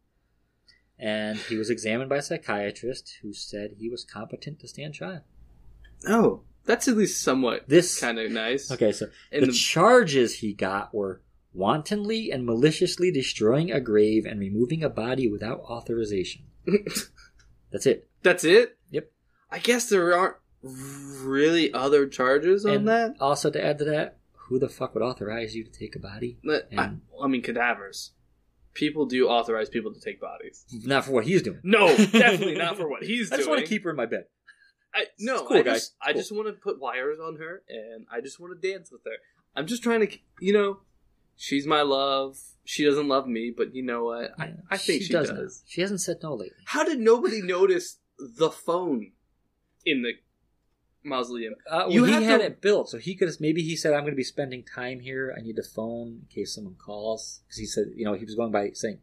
S2: and he was examined by a psychiatrist who said he was competent to stand trial.
S1: Oh, that's at least somewhat
S2: This
S1: kind of nice.
S2: Okay, so
S1: And
S2: the,
S1: the-
S2: charges he got were wantonly and maliciously destroying a grave and removing a body without authorization. That's it.
S1: [LAUGHS] That's it.
S2: Yep.
S1: I guess there aren't really other charges on
S2: and
S1: that.
S2: also to add to that, who the fuck would authorize you to take a body?
S1: But I,
S2: and-
S1: I mean, cadavers. People do authorize people to take bodies.
S2: Not for what he's doing. [LAUGHS]
S1: No, definitely not for what he's
S2: I just
S1: doing.
S2: want to keep her in my bed.
S1: I no,
S2: cool,
S1: I
S2: guys.
S1: just I
S2: Cool.
S1: just want to put wires on her, and I just want to dance with her. I'm just trying to, you know, she's my love. She doesn't love me, but you know what? I, I think she, does.
S2: not She hasn't said no lately.
S1: How did nobody notice the phone in the mausoleum?
S2: Uh, well,
S1: You
S2: he
S1: have
S2: had
S1: to-
S2: it built, so he could. have Maybe he said, "I'm going to be spending time here. I need a phone in case someone calls." Because he said, you know, he was going by saying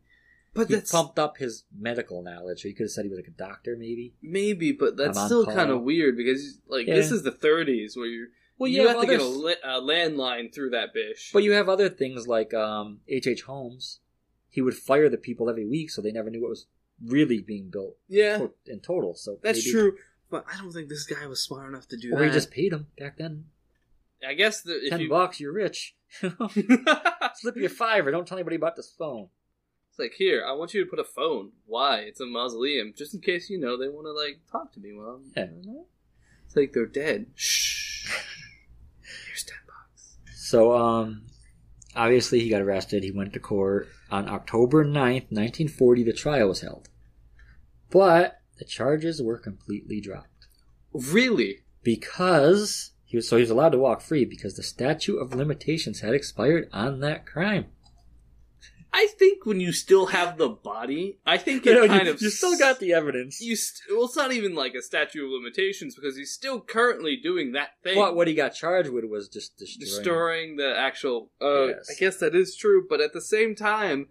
S1: But
S2: he
S1: that's
S2: pumped up his medical knowledge. So he could have said he was like a doctor, maybe.
S1: maybe, but that's
S2: I'm on
S1: still
S2: call.
S1: kind of weird because like this
S2: Yeah.
S1: is the 30s where you you have to get a, li- a landline through that bitch.
S2: but you have other things like um, H. H. Holmes. He would fire the people every week, so they never knew what was really being built.
S1: Yeah.
S2: to- in total. So
S1: that's
S2: maybe-
S1: true. But I don't think this guy was smart enough to do
S2: Or
S1: that.
S2: he just paid him back then.
S1: I guess the, if
S2: Ten
S1: you
S2: bucks, you're rich. [LAUGHS] Slip
S1: [LAUGHS] it's
S2: your fiver. Don't tell anybody about this phone.
S1: like here, I want you to put a phone. Why? It's a mausoleum, just in case you know they want to like talk to me while I'm.
S2: Yeah.
S1: It's like they're dead. Shh. [LAUGHS] Here's ten bucks.
S2: So, um, obviously, he got arrested. He went to court. On October 9th, 1940, the trial was held. But the charges were completely dropped
S1: Really?
S2: because he was so he was allowed to walk free because the statute of limitations had expired on that crime.
S1: I think when you still have the body, I
S2: [LAUGHS]
S1: think it
S2: You know,
S1: kind
S2: you,
S1: of
S2: you still
S1: s-
S2: got the evidence.
S1: You st- well, it's not even like a statute of limitations because he's still currently doing that thing.
S2: What what he got charged with was just destroying.
S1: destroying the actual uh
S2: Yes.
S1: i guess that is true but at the same time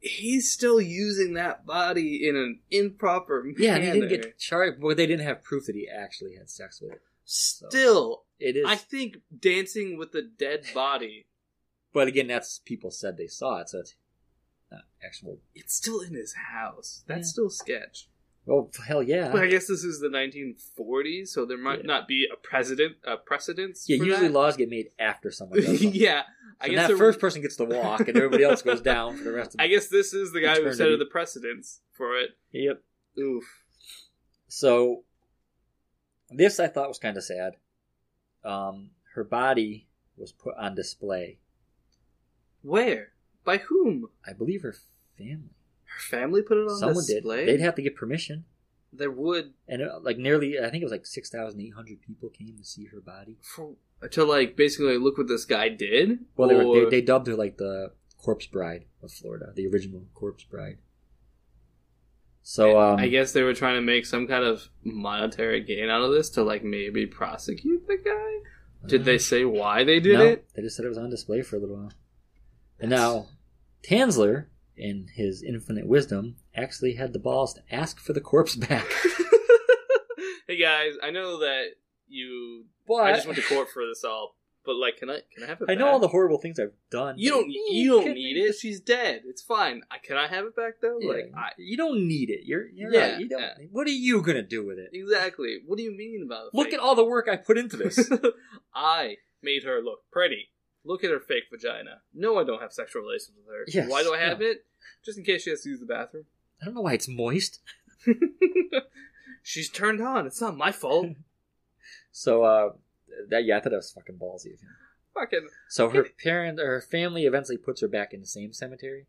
S1: he's still using that body in an improper manner.
S2: Yeah, and he didn't get charged. Well, they didn't have proof that he actually had sex with it.
S1: still
S2: It is,
S1: i think dancing with a dead body
S2: but again, that's people said they saw it, so it's not actual.
S1: it's still in his house that's
S2: Yeah.
S1: still sketch
S2: Oh hell yeah!
S1: but i guess this is the 1940s so there might
S2: Yeah.
S1: not be a precedent a precedence
S2: Yeah,
S1: for
S2: usually
S1: that. [LAUGHS]
S2: laws get made after someone does something.
S1: yeah
S2: I guess that
S1: it- [LAUGHS]
S2: first person gets to walk, and everybody else goes down for the rest of.
S1: I guess this is the guy who
S2: Eternity.
S1: set the precedence for it.
S2: Yep.
S1: Oof.
S2: So, this I thought was kind of sad. Um, her body was put on display.
S1: Where? By whom?
S2: I believe her family.
S1: Her family put it on
S2: Someone
S1: display.
S2: did. They'd have to get permission,
S1: There would
S2: and uh, like nearly, I think it was like six thousand eight hundred people came to see her body.
S1: for, to like basically look what this guy did.
S2: Well, they, were,
S1: Or-
S2: they they dubbed her like the Corpse Bride of Florida, the original Corpse Bride. So um,
S1: I guess they were trying to make some kind of monetary gain out of this to like maybe prosecute the guy. Did they say why they did
S2: uh, no,
S1: it?
S2: They just said it was on display for a little while. And now, Tansler, in his infinite wisdom, actually had the balls to ask for the corpse [LAUGHS] back.
S1: [LAUGHS] hey guys, I know that you.
S2: But
S1: I just went to court for this all, but like, can I can I have it?
S2: [LAUGHS] I know
S1: back?
S2: all the horrible things I've done.
S1: You don't you don't need it. She's dead. It's fine. I, can I have it back though?
S2: Yeah,
S1: Like I,
S2: you don't need it. You're, you're
S1: Yeah,
S2: right. You don't,
S1: yeah.
S2: What are you gonna do with it?
S1: exactly. What do you mean about
S2: Look at all the work I put
S1: [LAUGHS]
S2: into this. [LAUGHS]
S1: all I made her look pretty. Look at her fake vagina. No, I don't have sexual relations with her.
S2: Yes,
S1: Why do I have it? Just in case she has to use the bathroom. [LAUGHS]
S2: I don't know why it's moist.
S1: She's turned on. It's not my
S2: [LAUGHS]
S1: fault.
S2: So uh, that yeah, I thought that was fucking ballsy of him.
S1: Fucking,
S2: So her parent, or her family, eventually puts her back in the same cemetery,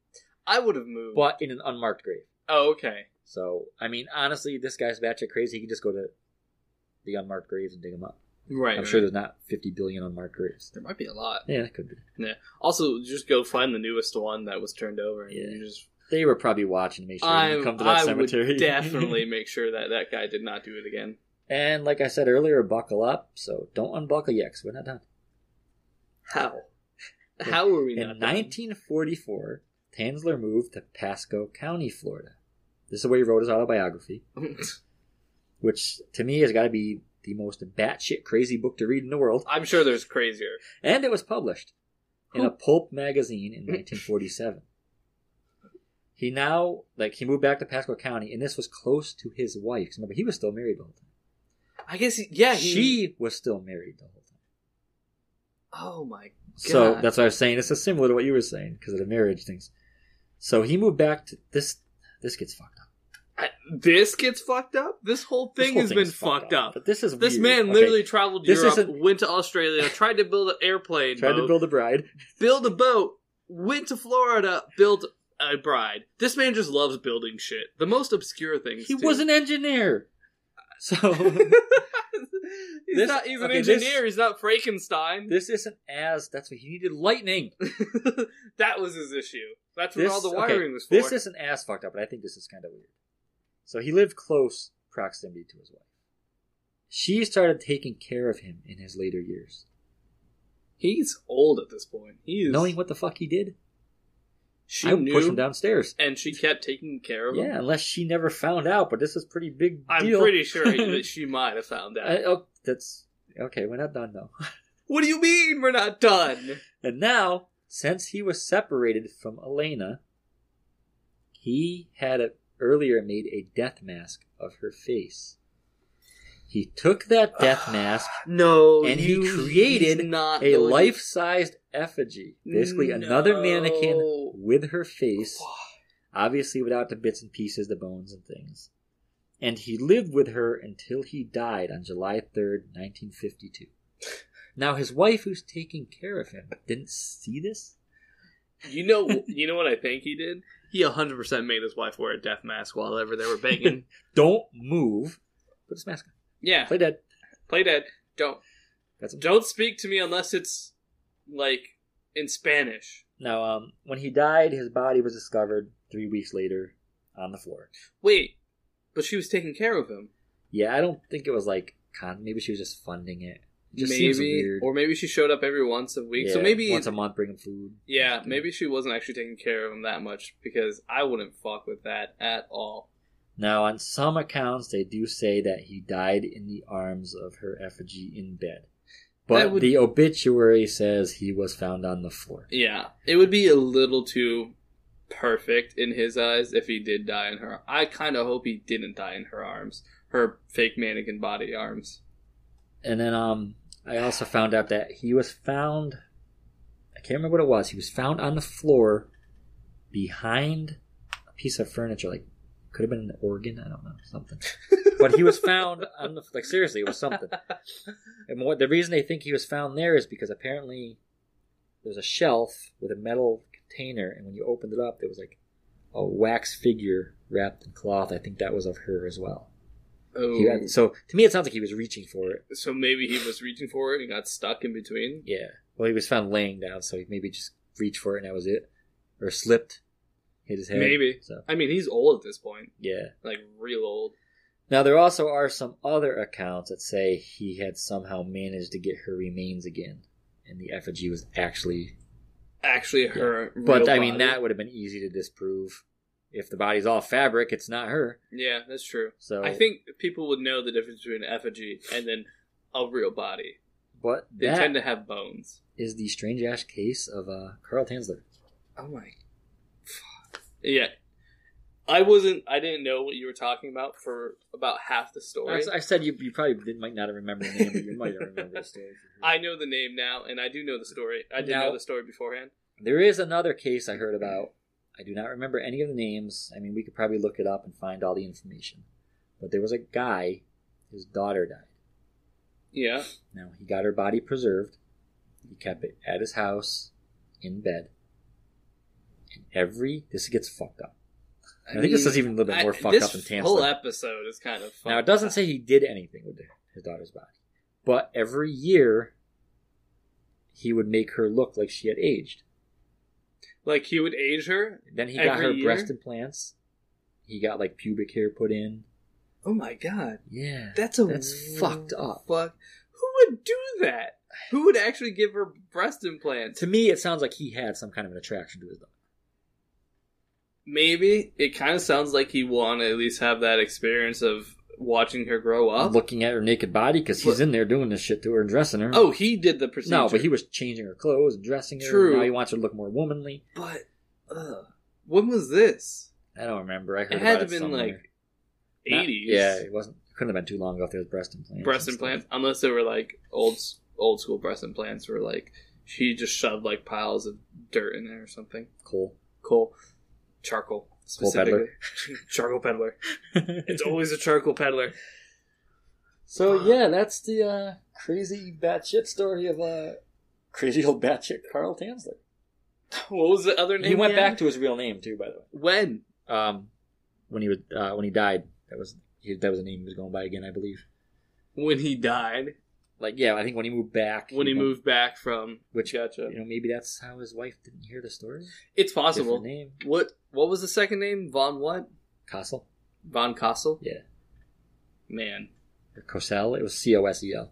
S1: I would have moved.
S2: but in an unmarked grave.
S1: Oh, okay.
S2: So, I mean, honestly, this guy's batshit crazy. He can just go to the unmarked graves and dig them up.
S1: Right.
S2: I'm
S1: right.
S2: sure there's not 50 billion unmarked graves.
S1: there might be a lot.
S2: Yeah, that could be.
S1: Also, just go find the newest one that was turned over, and
S2: Yeah.
S1: you just.
S2: They were probably watching to make sure
S1: I,
S2: you come to that
S1: I
S2: cemetery. [LAUGHS]
S1: would definitely make sure that that guy did not do it again.
S2: and like I said earlier, buckle up. So don't unbuckle yet, 'cause we're not done.
S1: How? How were we
S2: In
S1: not? done?
S2: 1944, Tansler moved to Pasco County, Florida. This is where he wrote his autobiography,
S1: [LAUGHS]
S2: which to me has got to be the most batshit crazy book to read in the world.
S1: I'm sure there's crazier.
S2: and it was published in a
S1: Who-
S2: pulp magazine in 1947. he now, like, he moved back to Pasco County, and this was close to his wife. 'Cause Remember, he was still married the whole time.
S1: I guess. He, yeah. He,
S2: she was still married the whole time.
S1: Oh my.
S2: So
S1: God.
S2: that's what I was saying. This is similar to what you were saying because of the marriage things. So he moved back to this. This gets fucked up.
S1: I, this gets fucked up. This whole
S2: This
S1: thing
S2: whole
S1: has
S2: thing
S1: been
S2: is
S1: fucked up.
S2: But this is
S1: This
S2: weird.
S1: man
S2: Okay.
S1: literally traveled
S2: This
S1: Europe,
S2: isn't-
S1: went to
S2: [LAUGHS]
S1: Australia, tried to build an airplane,
S2: tried to
S1: boat,
S2: build a bride.
S1: build a boat, went to Florida, built a bride. This man just loves building shit. The most obscure things.
S2: He
S1: too.
S2: was [LAUGHS] an engineer.
S1: [LAUGHS]
S2: So
S1: he's
S2: This-
S1: not. He's an
S2: okay, this-
S1: engineer. He's not Frankenstein.
S2: this isn't as. That's what he needed. Lightning.
S1: [LAUGHS] that was his issue. That's what all the
S2: okay,
S1: wiring was for.
S2: This isn't as fucked up, but I think this is kind of weird. So he lived close proximity to his wife. She started taking care of him in his later years,
S1: he's old at this point. He is.
S2: knowing what the fuck he did.
S1: she
S2: I would
S1: knew,
S2: push him downstairs.
S1: and she kept taking care of him.
S2: Yeah, unless she never found out, but this is pretty big
S1: I'm
S2: deal.
S1: pretty sure
S2: [LAUGHS]
S1: that she might have found out.
S2: I- oh, that's okay. We're not done though.
S1: what do you mean we're not done?
S2: And now, since he was separated from Elena, he had a, earlier made a death mask of her face. He took that
S1: [SIGHS]
S2: death mask
S1: No,
S2: And he
S1: Oh, you-
S2: created
S1: he's not
S2: a
S1: going-
S2: life sized effigy. Basically, another mannequin
S1: No.
S2: with her face, obviously without the bits and pieces, the bones and things. And he lived with her until he died on July 3rd, 1952. Now, his wife, who's taking care of him, didn't see this?
S1: You
S2: [LAUGHS]
S1: know, you know what I think he did. He 100 percent made his wife wear a death mask while ever they were
S2: [LAUGHS]
S1: banging.
S2: Don't move. Put his mask on.
S1: yeah,
S2: Play dead.
S1: play dead. Don't
S2: That's him.
S1: don't speak to me unless it's like in Spanish.
S2: Now, um, when he died, his body was discovered three weeks later on the floor.
S1: Wait, but she was taking care of him.
S2: Yeah, I don't think it was like con. Maybe she was just funding it. It just
S1: maybe,
S2: seems weird.
S1: or maybe she showed up every once a week. so
S2: Yeah,
S1: maybe
S2: once a month, bring him food.
S1: Yeah, maybe she wasn't actually taking care of him that much because I wouldn't fuck with that at all.
S2: Now, on some accounts, they do say that he died in the arms of her effigy in bed, but
S1: That would-
S2: the obituary says he was found on the floor.
S1: Yeah, it would be a little too perfect in his eyes if he did die in her. I kind of hope he didn't die in her arms, her fake mannequin body [LAUGHS] arms.
S2: And then, um, I also found out that he was found. I can't remember what it was. He was found on the floor behind a piece of furniture. Like, could have been an organ. I don't know.
S1: [LAUGHS]
S2: Something. but he was found on the, like, seriously, it was something. And what, the reason they think he was found there is because apparently there's a shelf with a metal container. And when you opened it up, there was like a wax figure wrapped in cloth. I think that was of her as well.
S1: Oh,
S2: He had- so to me, it sounds like he was reaching for it.
S1: so maybe he was reaching for it and got stuck in between.
S2: Yeah. Well, he was found laying down, so he maybe just reached for it and that was it, or slipped, hit his head.
S1: Maybe.
S2: So
S1: I mean, he's old at this point,
S2: yeah.
S1: like real old.
S2: Now there also are some other accounts that say he had somehow managed to get her remains again, and the effigy was actually.
S1: Actually, her. real
S2: But I mean,
S1: body.
S2: that would have been easy to disprove. If the body's all fabric, it's not her.
S1: Yeah, that's true.
S2: So
S1: I think people would know the difference between an effigy and then a real body.
S2: but
S1: They
S2: that is
S1: tend to have bones.
S2: the strange ass case of uh, Carl Tansler.
S1: Oh my. Fuck. Yeah. I wasn't. I didn't know what you were talking about for about half the story.
S2: I, I said you, you probably did, might not have remembered the name, but you might remember
S1: [LAUGHS]
S2: the story.
S1: I know the name now, and I do know the story. I didn't
S2: Now-
S1: know the story beforehand.
S2: There is another case I heard about. I do not remember any of the names. I mean, we could probably look it up and find all the information. But there was a guy, his daughter died.
S1: Yeah.
S2: Now, he got her body preserved. He kept it at his house in bed. And every. This gets fucked up. I, think this
S1: mean,
S2: is even a little bit more
S1: I-
S2: fucked
S1: this
S2: up than
S1: whole
S2: Tansler.
S1: episode is kind of.
S2: Now, it
S1: fucked
S2: doesn't
S1: up.
S2: say he did anything with his daughter's body. But every year, he would make her look like she had aged.
S1: like he would age her.
S2: Then he got
S1: Every
S2: her
S1: year?
S2: breast implants. He got like pubic hair put in.
S1: Oh my god.
S2: Yeah.
S1: That's a
S2: That's fucked up.
S1: Fuck. Who would do that? Who would actually give her breast implants?
S2: to me, it sounds like he had some kind of an attraction to his dog.
S1: Maybe it kind of sounds like he want to at least have that experience of watching her grow up.
S2: Looking at her naked body because he's
S1: But-
S2: in there doing this shit to her and dressing her.
S1: oh, he did the procedure.
S2: no, but he was changing her clothes and dressing her. and
S1: True.
S2: Now he wants her to look more womanly.
S1: But ugh, when was this?
S2: I don't remember. I heard
S1: It had to have
S2: about it
S1: been
S2: somewhere.
S1: like
S2: Not-
S1: eighties.
S2: Yeah, it wasn't. Couldn't have been too long ago if there was breast implants.
S1: breast
S2: and stuff.
S1: implants, unless they were like old old school breast implants, where like he just shoved like piles of dirt in there or something.
S2: [LAUGHS] Cool.
S1: Coal, charcoal
S2: Coal peddler.
S1: specifically. [LAUGHS] charcoal peddler. It's always a charcoal peddler.
S2: So yeah, that's the uh, crazy batshit story of uh, crazy old batshit Carl Tansler.
S1: What was the other name?
S2: He went
S1: again?
S2: back to his real name too, by the way.
S1: when?
S2: um, when he was uh, when he died. That was he, that was the name he was going by again, I believe.
S1: When he died.
S2: Like yeah, I think when he moved back.
S1: When he moved back from
S2: Which-
S1: gotcha.
S2: you know, maybe that's how his wife didn't hear the story.
S1: It's possible.
S2: Different name,
S1: What what was the second name? Von what?
S2: Kossel
S1: Von Kossel?
S2: Yeah.
S1: Man.
S2: or Cosell. It was C O S E L.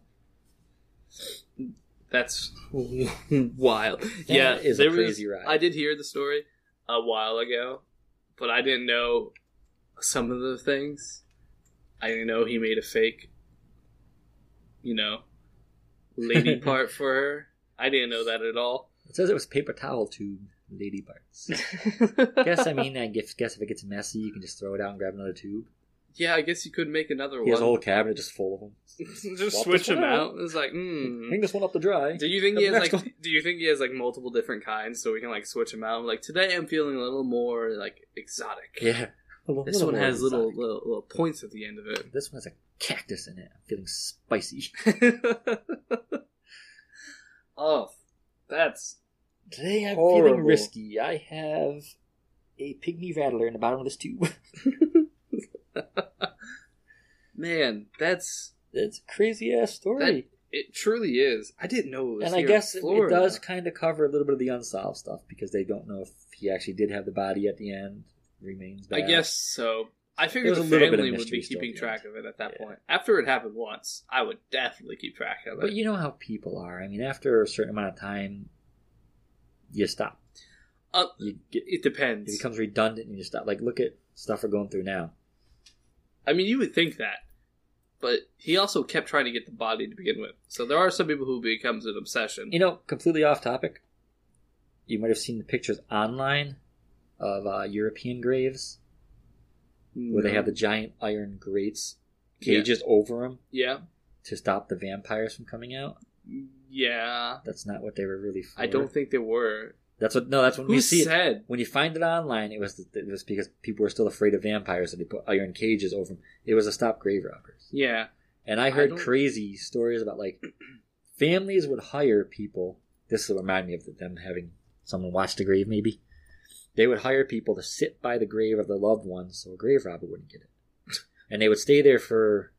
S2: [LAUGHS]
S1: That's wild. yeah,
S2: is a
S1: there was-
S2: crazy ride.
S1: I did hear the story a while ago, but I didn't know some of the things. I didn't know he made a fake, you know,
S2: [LAUGHS]
S1: lady part for her. I didn't know that at all. [LAUGHS]
S2: It says it was paper towel tube lady [LAUGHS] parts. [LAUGHS] guess I mean I guess, guess if it gets messy, you can just throw it out and grab another tube.
S1: yeah, I guess you could make another
S2: He has a
S1: one.
S2: whole cabinet just full of them.
S1: [LAUGHS] Just
S2: swap
S1: switch
S2: this one
S1: him
S2: out.
S1: out. It's like, mm.
S2: Hang this one up to dry.
S1: Do you think he
S2: The
S1: has
S2: next
S1: like? Do you think he has like multiple different kinds, so we can like switch them out? Like today, I'm feeling a little more like exotic.
S2: Yeah. A little-
S1: This
S2: little
S1: one
S2: more
S1: has little,
S2: exotic.
S1: little little points at the end of
S2: This one has a cactus in it. I'm feeling spicy. [LAUGHS]
S1: it. [LAUGHS] oh, that's
S2: Today I'm
S1: Horrible.
S2: feeling risky. I have a pygmy rattler in the bottom of this tube. [LAUGHS]
S1: man. That's
S2: That's a crazy ass story.
S1: it. Truly is. I didn't know it was.
S2: and I
S1: here in
S2: guess it, it
S1: Florida.
S2: does kind of cover a little bit of the unsolved stuff because they don't know if he actually did have the body at the end. Remains.
S1: I
S2: Back.
S1: guess so. I figured
S2: There's
S1: the
S2: a little bit of
S1: family would
S2: mystery
S1: be
S2: still
S1: keeping
S2: at the
S1: track of it at that
S2: Yeah.
S1: point. After it happened once, I would definitely keep track of it.
S2: But you know how people are. I mean, after a certain amount of time, you stop.
S1: Uh,
S2: You get,
S1: it
S2: it
S1: depends.
S2: becomes redundant, and you stop. Like, look at stuff we're going through now.
S1: I mean, you would think that, but he also kept trying to get the body to begin with. So there are some people who it becomes an obsession.
S2: You know, completely off topic. You might have seen the pictures online of uh, European graves. where they have the giant iron grates
S1: Yeah.
S2: cages over 'em over them
S1: yeah,
S2: to stop the vampires from coming out.
S1: Yeah,
S2: That's not what they were really for.
S1: I don't think they were.
S2: That's what. No, that's when
S1: Who
S2: we see it.
S1: said?
S2: When you find it online, it was it was because people were still afraid of vampires, and they put iron cages over them. It was to stop grave robbers.
S1: Yeah,
S2: And I
S1: I
S2: heard
S1: don't-
S2: crazy stories about like [CLEARS THROAT] families would hire people. This will remind me of them having someone watch the grave. Maybe they would hire people to sit by the grave of their loved ones, so a grave robber wouldn't get it. [LAUGHS] And they would stay there for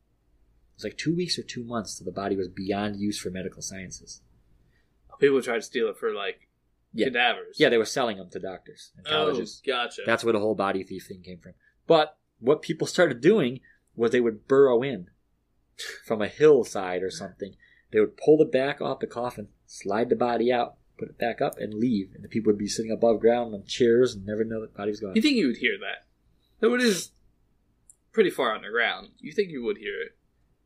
S2: it was like two weeks or two months till the body was beyond use for medical sciences.
S1: people tried to steal it for like
S2: Yeah.
S1: cadavers.
S2: Yeah, they were selling them to doctors and
S1: Oh,
S2: colleges.
S1: gotcha.
S2: That's where the whole body thief thing came from. But what people started doing was they would burrow in from a hillside or something. They would pull the back off the coffin, slide the body out, put it back up, and leave. And the people would be sitting above ground on chairs and never know that the body was gone.
S1: you think you would hear that? Though it is pretty far underground. You think you would hear it?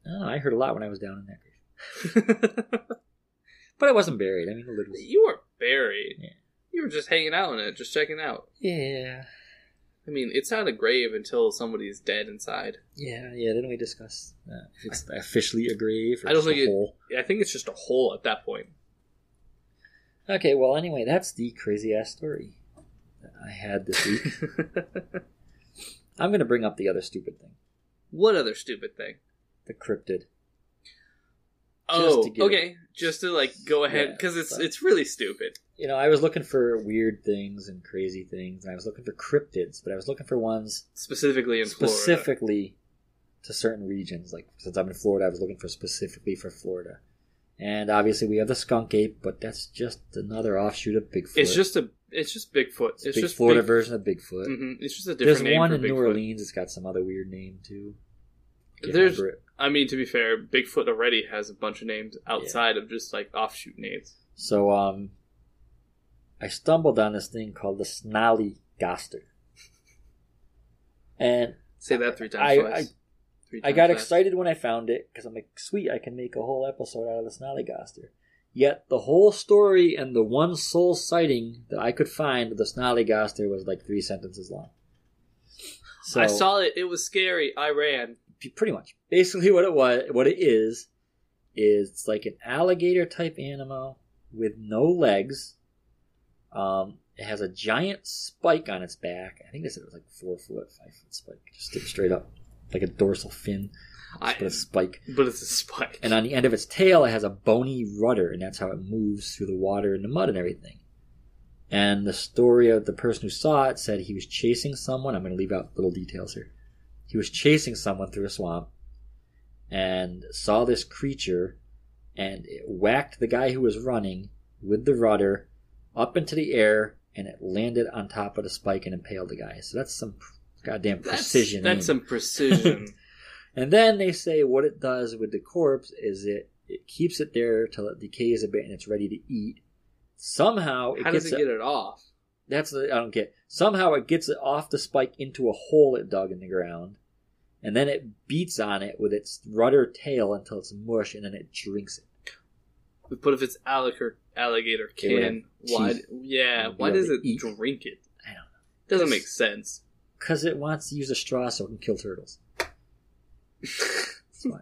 S2: Oh, I heard a lot when I was down in that grave. But I wasn't buried. I mean, the lid
S1: [LAUGHS]
S2: was.
S1: you were buried.
S2: Yeah.
S1: You were just hanging out in it, just checking out.
S2: Yeah.
S1: I mean, it's not a grave until somebody's dead inside.
S2: Yeah, yeah. Didn't we discuss that? If it's officially a grave or
S1: I don't
S2: just a
S1: think it-
S2: hole?
S1: I think it's just a hole at that [LAUGHS] point.
S2: Okay, well, anyway, that's the crazy ass story that I had this [LAUGHS] week. I'm going to bring up the other stupid thing
S1: what other stupid thing?
S2: the cryptid.
S1: Oh,
S2: to get
S1: okay. Just to like go ahead
S2: Yeah,
S1: because it's
S2: but-
S1: it's really stupid.
S2: You know, I was looking for weird things and crazy things, and I was looking for cryptids, but I was looking for ones
S1: Specifically in Florida.
S2: specifically to certain regions. Like, since I'm in Florida, I was looking for specifically for Florida. And obviously, we have the skunk ape, but that's just another offshoot of Bigfoot.
S1: It's just a it's just Bigfoot. It's,
S2: Big
S1: just
S2: Florida
S1: Big-
S2: version of Bigfoot.
S1: Mhm, It's just a different
S2: There's
S1: name
S2: one
S1: for
S2: in New
S1: Bigfoot.
S2: Orleans. It's got some other weird name too. Can't
S1: There's-
S2: remember it.
S1: I mean, to be fair, Bigfoot already has a bunch of names outside of just like offshoot names.
S2: So um, I stumbled on this thing called the Snally Goster, and
S1: Say that three times.
S2: I-
S1: fast. Three
S2: I
S1: times
S2: got
S1: fast.
S2: excited when I found it because I'm like, sweet, I can make a whole episode out of the Snally Goster. Yet the whole story and the one sole sighting that I could find of the Snally Goster was like three sentences long. So
S1: I saw it. It was scary. I ran.
S2: p- pretty much basically what it was what it is is it's like an alligator type animal with no legs um it has a giant spike on its back i think they said it was like four foot five foot spike just stick straight up like a dorsal fin
S1: I,
S2: but a spike
S1: but it's a spike.
S2: and on the end of its tail it has a bony rudder and that's how it moves through the water and the mud and everything and the story of the person who saw it said he was chasing someone i'm going to leave out little details here he was chasing someone through a swamp and saw this creature and it whacked the guy who was running with the rudder up into the air and it landed on top of the spike and impaled the guy so that's some goddamn
S1: that's,
S2: precision aiming.
S1: That's some precision.
S2: And then they say what it does with the corpse is it, it keeps it there till it decays a bit and it's ready to eat. Somehow it
S1: How
S2: gets
S1: does [LAUGHS] it get it off?
S2: that's the I don't get. Somehow it gets it off the spike into a hole it dug in the ground, and then it beats on it with its rudder tail until it's mush, and then it drinks it.
S1: But if it's alligator, alligator
S2: It would have
S1: kin, why?
S2: teeth.
S1: Yeah,
S2: It'd be
S1: why
S2: able
S1: does
S2: to
S1: it
S2: eat.
S1: drink it?
S2: E. I don't know.
S1: Doesn't
S2: It's-
S1: make sense. [LAUGHS]
S2: Cause it wants to use a straw so it can kill turtles.
S1: [LAUGHS]
S2: That's why.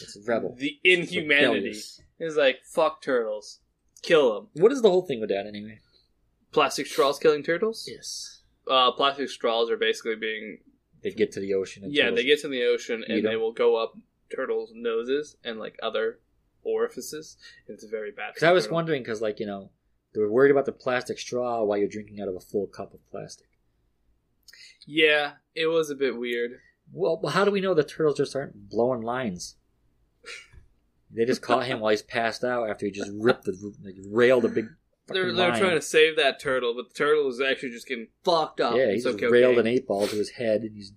S2: It's a rebel.
S1: the inhumanity
S2: Rebellious.
S1: is like fuck turtles, kill them.
S2: What is the whole thing with that anyway?
S1: Plastic straws killing turtles.
S2: Yes.
S1: Uh, plastic straws are basically being
S2: They get to the ocean. And
S1: yeah
S2: turtles-
S1: they get in the ocean
S2: Eat
S1: and
S2: 'em.
S1: they will go up turtles' noses and like other orifices. It's very bad.
S2: Because I was
S1: wondering.
S2: wondering, because like you know, they were worried about the plastic straw while you're drinking out of a full cup of plastic.
S1: Yeah, it was a bit weird.
S2: Well, how do we know the turtles just aren't blowing lines? They just caught him while he's passed out after he just ripped the like, railed a big.
S1: They're
S2: fucking
S1: they're
S2: line.
S1: trying to save that turtle, but the turtle is actually just getting fucked up.
S2: Yeah, he
S1: It's
S2: just
S1: okay,
S2: railed
S1: okay.
S2: an eight ball to his head, and he's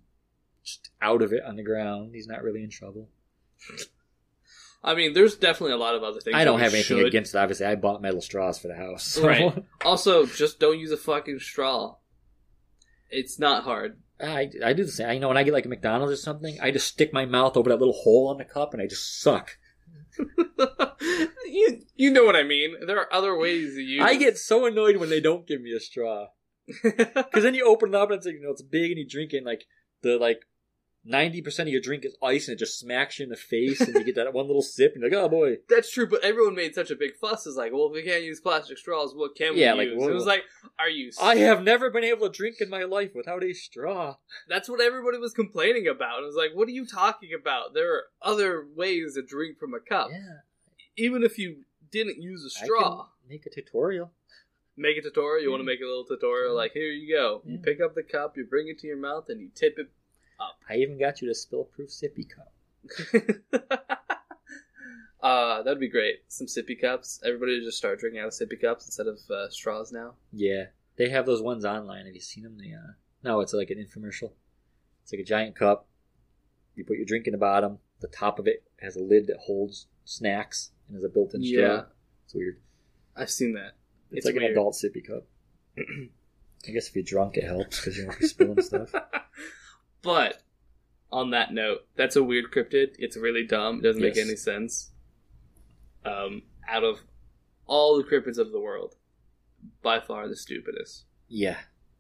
S2: just out of it on the ground. He's not really in trouble.
S1: I mean, there's definitely a lot of other things.
S2: I don't
S1: that we
S2: have anything
S1: should-
S2: against it. Obviously, I bought metal straws for the house. so-
S1: Right. Also, just don't use a fucking straw. It's not hard.
S2: [LAUGHS]
S1: [LAUGHS]
S2: I, I do the same. I, you know, when I get like a McDonald's or something, I just stick my mouth over that little hole on the cup and I just suck.
S1: you you know what I mean. There are other ways to use.
S2: I get so annoyed when they don't give me a straw because then you open it up and it's like you know it's big and you drink it and like the like ninety percent of your drink is ice and it just smacks you in the face and you get that [LAUGHS] one little sip and you're like, oh boy.
S1: [LAUGHS] That's true, but everyone made such a big fuss. Is like, well, if we can't use plastic straws, what can
S2: Yeah,
S1: we
S2: like,
S1: use?
S2: what-
S1: it was like, are you?
S2: I have never been able to drink in my life without a straw.
S1: That's what everybody was complaining about. It was like, what are you talking about? There are other ways to drink from a cup,
S2: Yeah.
S1: even if you didn't use a
S2: I
S1: straw.
S2: can Make a tutorial.
S1: Make a tutorial. You want to
S2: Mm.
S1: make a little tutorial? Like, here you go. You
S2: Yeah.
S1: pick up the cup, you bring it to your mouth, and you tip it. [LAUGHS]
S2: I even got you to spill proof sippy cup.
S1: uh, that'd be great. Some sippy cups. Everybody just start drinking out of sippy cups instead of uh, straws now.
S2: Yeah. They have those ones online. Have you seen them? They, uh, no, it's like an infomercial. It's like a giant cup. You put your drink in the bottom. The top of it has a lid that holds snacks and has a built-in straw.
S1: Yeah.
S2: It's weird.
S1: I've seen that.
S2: It's,
S1: It's
S2: like an
S1: weird.
S2: adult sippy cup. [CLEARS THROAT] I guess if you're drunk, it helps because you're
S1: [LAUGHS]
S2: spilling stuff.
S1: But on that note, that's a weird cryptid. It's really dumb. It doesn't make
S2: Yes.
S1: any sense. Um, out of all the cryptids of the world, by far the stupidest.
S2: [LAUGHS]
S1: [LAUGHS]
S2: Yeah,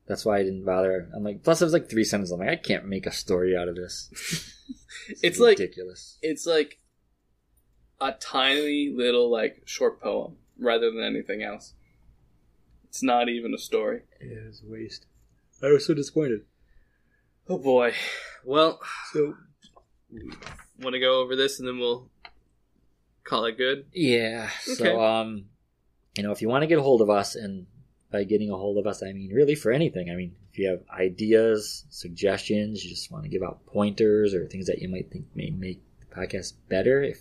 S2: that's why I didn't bother. I'm like, plus it was like three sentences. I'm like, I can't make a story out of this.
S1: It's like-
S2: ridiculous.
S1: It's like a tiny little like short poem rather than anything else. It's not even a story.
S2: it was a waste. I was so disappointed.
S1: Oh boy. Well,
S2: So
S1: want to go over this and then we'll call it good.
S2: yeah,
S1: Okay.
S2: so um, you know, if you want to get a hold of us, and by getting a hold of us, I mean really for anything. I mean, if you have ideas, suggestions, you just want to give out pointers or things that you might think may make the podcast better. If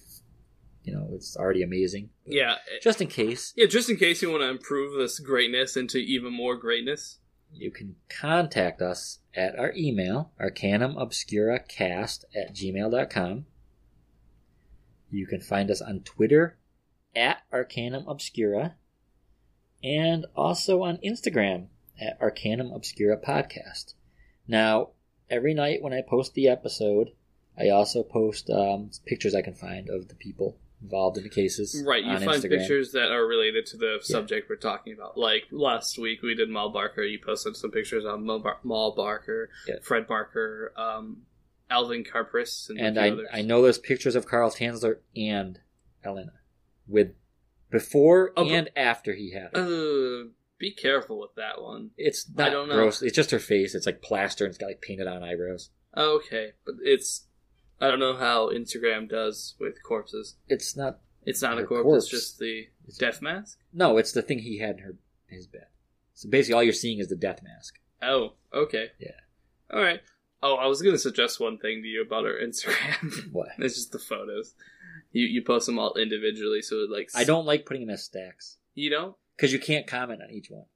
S2: you know, it's already amazing.
S1: Yeah.
S2: Just in case,
S1: Yeah, just in case you want to improve this greatness into even more greatness.
S2: you can contact us at our email, arcanumobscuracast at gmail.com. You can find us on Twitter at Arcanum Obscura and also on Instagram at Arcanum Obscura Podcast. Now, every night when I post the episode, I also post um, pictures I can find of the people involved in the cases.
S1: Right, you
S2: on
S1: find
S2: Instagram.
S1: pictures that are related to the subject we're talking about. Like last week, we did Mal Barker. You posted some pictures on Mal, Bar- Mal Barker,
S2: Yeah.
S1: Fred Barker, um, Alvin Karpris, and, a
S2: and
S1: few
S2: I,
S1: others.
S2: I know there's pictures of Carl Tanzler and Elena with before
S1: Oh, but-
S2: and after he had her.
S1: Uh, be careful with that one.
S2: it's
S1: I
S2: not
S1: don't know.
S2: gross. It's just her face. It's like plaster and it's got like painted on eyebrows.
S1: Okay, but it's I don't know how Instagram does with corpses.
S2: It's not.
S1: It's not a
S2: Her
S1: corpse,
S2: corpse.
S1: It's just the
S2: It's-
S1: death mask.
S2: No, it's the thing he had in her his bed. So basically, all you're seeing is the death mask.
S1: Oh, okay.
S2: Yeah.
S1: All right. Oh, I was gonna suggest one thing to you about our Instagram.
S2: What?
S1: [LAUGHS] It's just the photos. You you post them all individually, so it like
S2: I don't like putting them as stacks
S1: You know,
S2: because you can't comment on each one.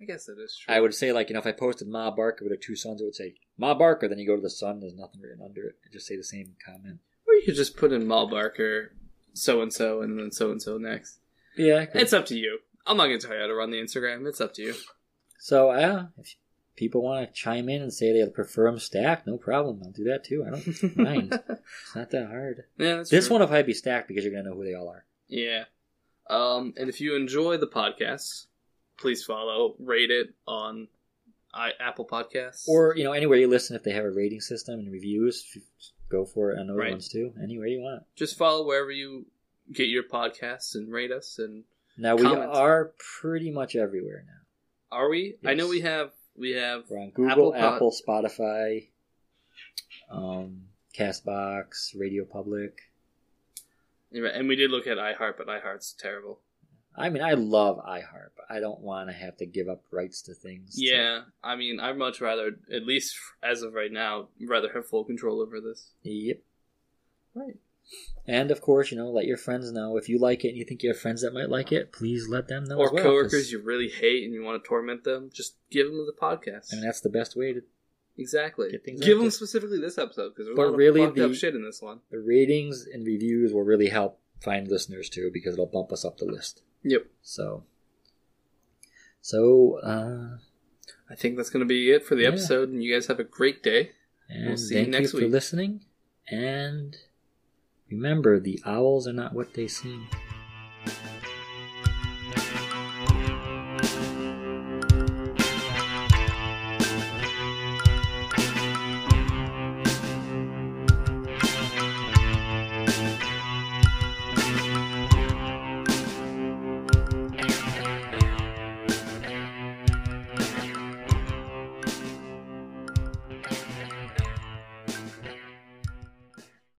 S1: I guess that is true.
S2: I would say like you know if I posted Ma Barker with her two sons, it would say Ma Barker. Then you go to the son, there's nothing written under it. I just say the same comment.
S1: or you could just put in Mal Barker, so and so, and then so and so next.
S2: Yeah, I could.
S1: It's up to you. I'm not gonna tell you how to run the Instagram. It's up to you.
S2: So uh, if people want to chime in and say they prefer them stacked, no problem. I'll do that too. I don't. Mind. It's not that hard.
S1: [LAUGHS] yeah, that's
S2: this
S1: true.
S2: one will probably be stacked because you're gonna know who they all are.
S1: Yeah. Um, and if you enjoy the podcast, please follow, rate it on I, Apple Podcasts
S2: Or you know anywhere you listen, if they have a rating system and reviews, f- go for it on those
S1: Right.
S2: ones too. Anywhere you want.
S1: just follow wherever you get your podcasts and rate us. And
S2: Now we
S1: Comment.
S2: are pretty much everywhere now.
S1: are we? I know
S2: Yes.
S1: we have we have
S2: We're on Google,
S1: Apple Pod-
S2: Apple, Spotify, um, Castbox, Radio Public.
S1: and we did look at iHeart, but iHeart's terrible.
S2: I mean, I love iHeart, but I don't want to have to give up rights to things. to-
S1: Yeah, I mean, I'd much rather, at least as of right now, rather have full control over this.
S2: Yep.
S1: Right.
S2: And of course, you know, let your friends know if you like it and you think you have friends that might like it. Please let them know.
S1: Or
S2: as well, 'cause-
S1: coworkers you really hate and you want to torment them, just give them the podcast.
S2: I mean, that's the best way to.
S1: exactly.
S2: Get things
S1: Give
S2: out
S1: them
S2: there.
S1: specifically this episode because there's
S2: But
S1: a lot of
S2: really
S1: fucked up
S2: the-
S1: shit in this one.
S2: The ratings and reviews will really help find listeners too, because it'll bump us up the list.
S1: Yep.
S2: So. So, uh,
S1: I think that's going to be it for the
S2: Yeah.
S1: episode, and you guys have a great day.
S2: and
S1: We'll see you
S2: thank
S1: next
S2: for
S1: week.
S2: listening. And remember, the owls are not what they seem.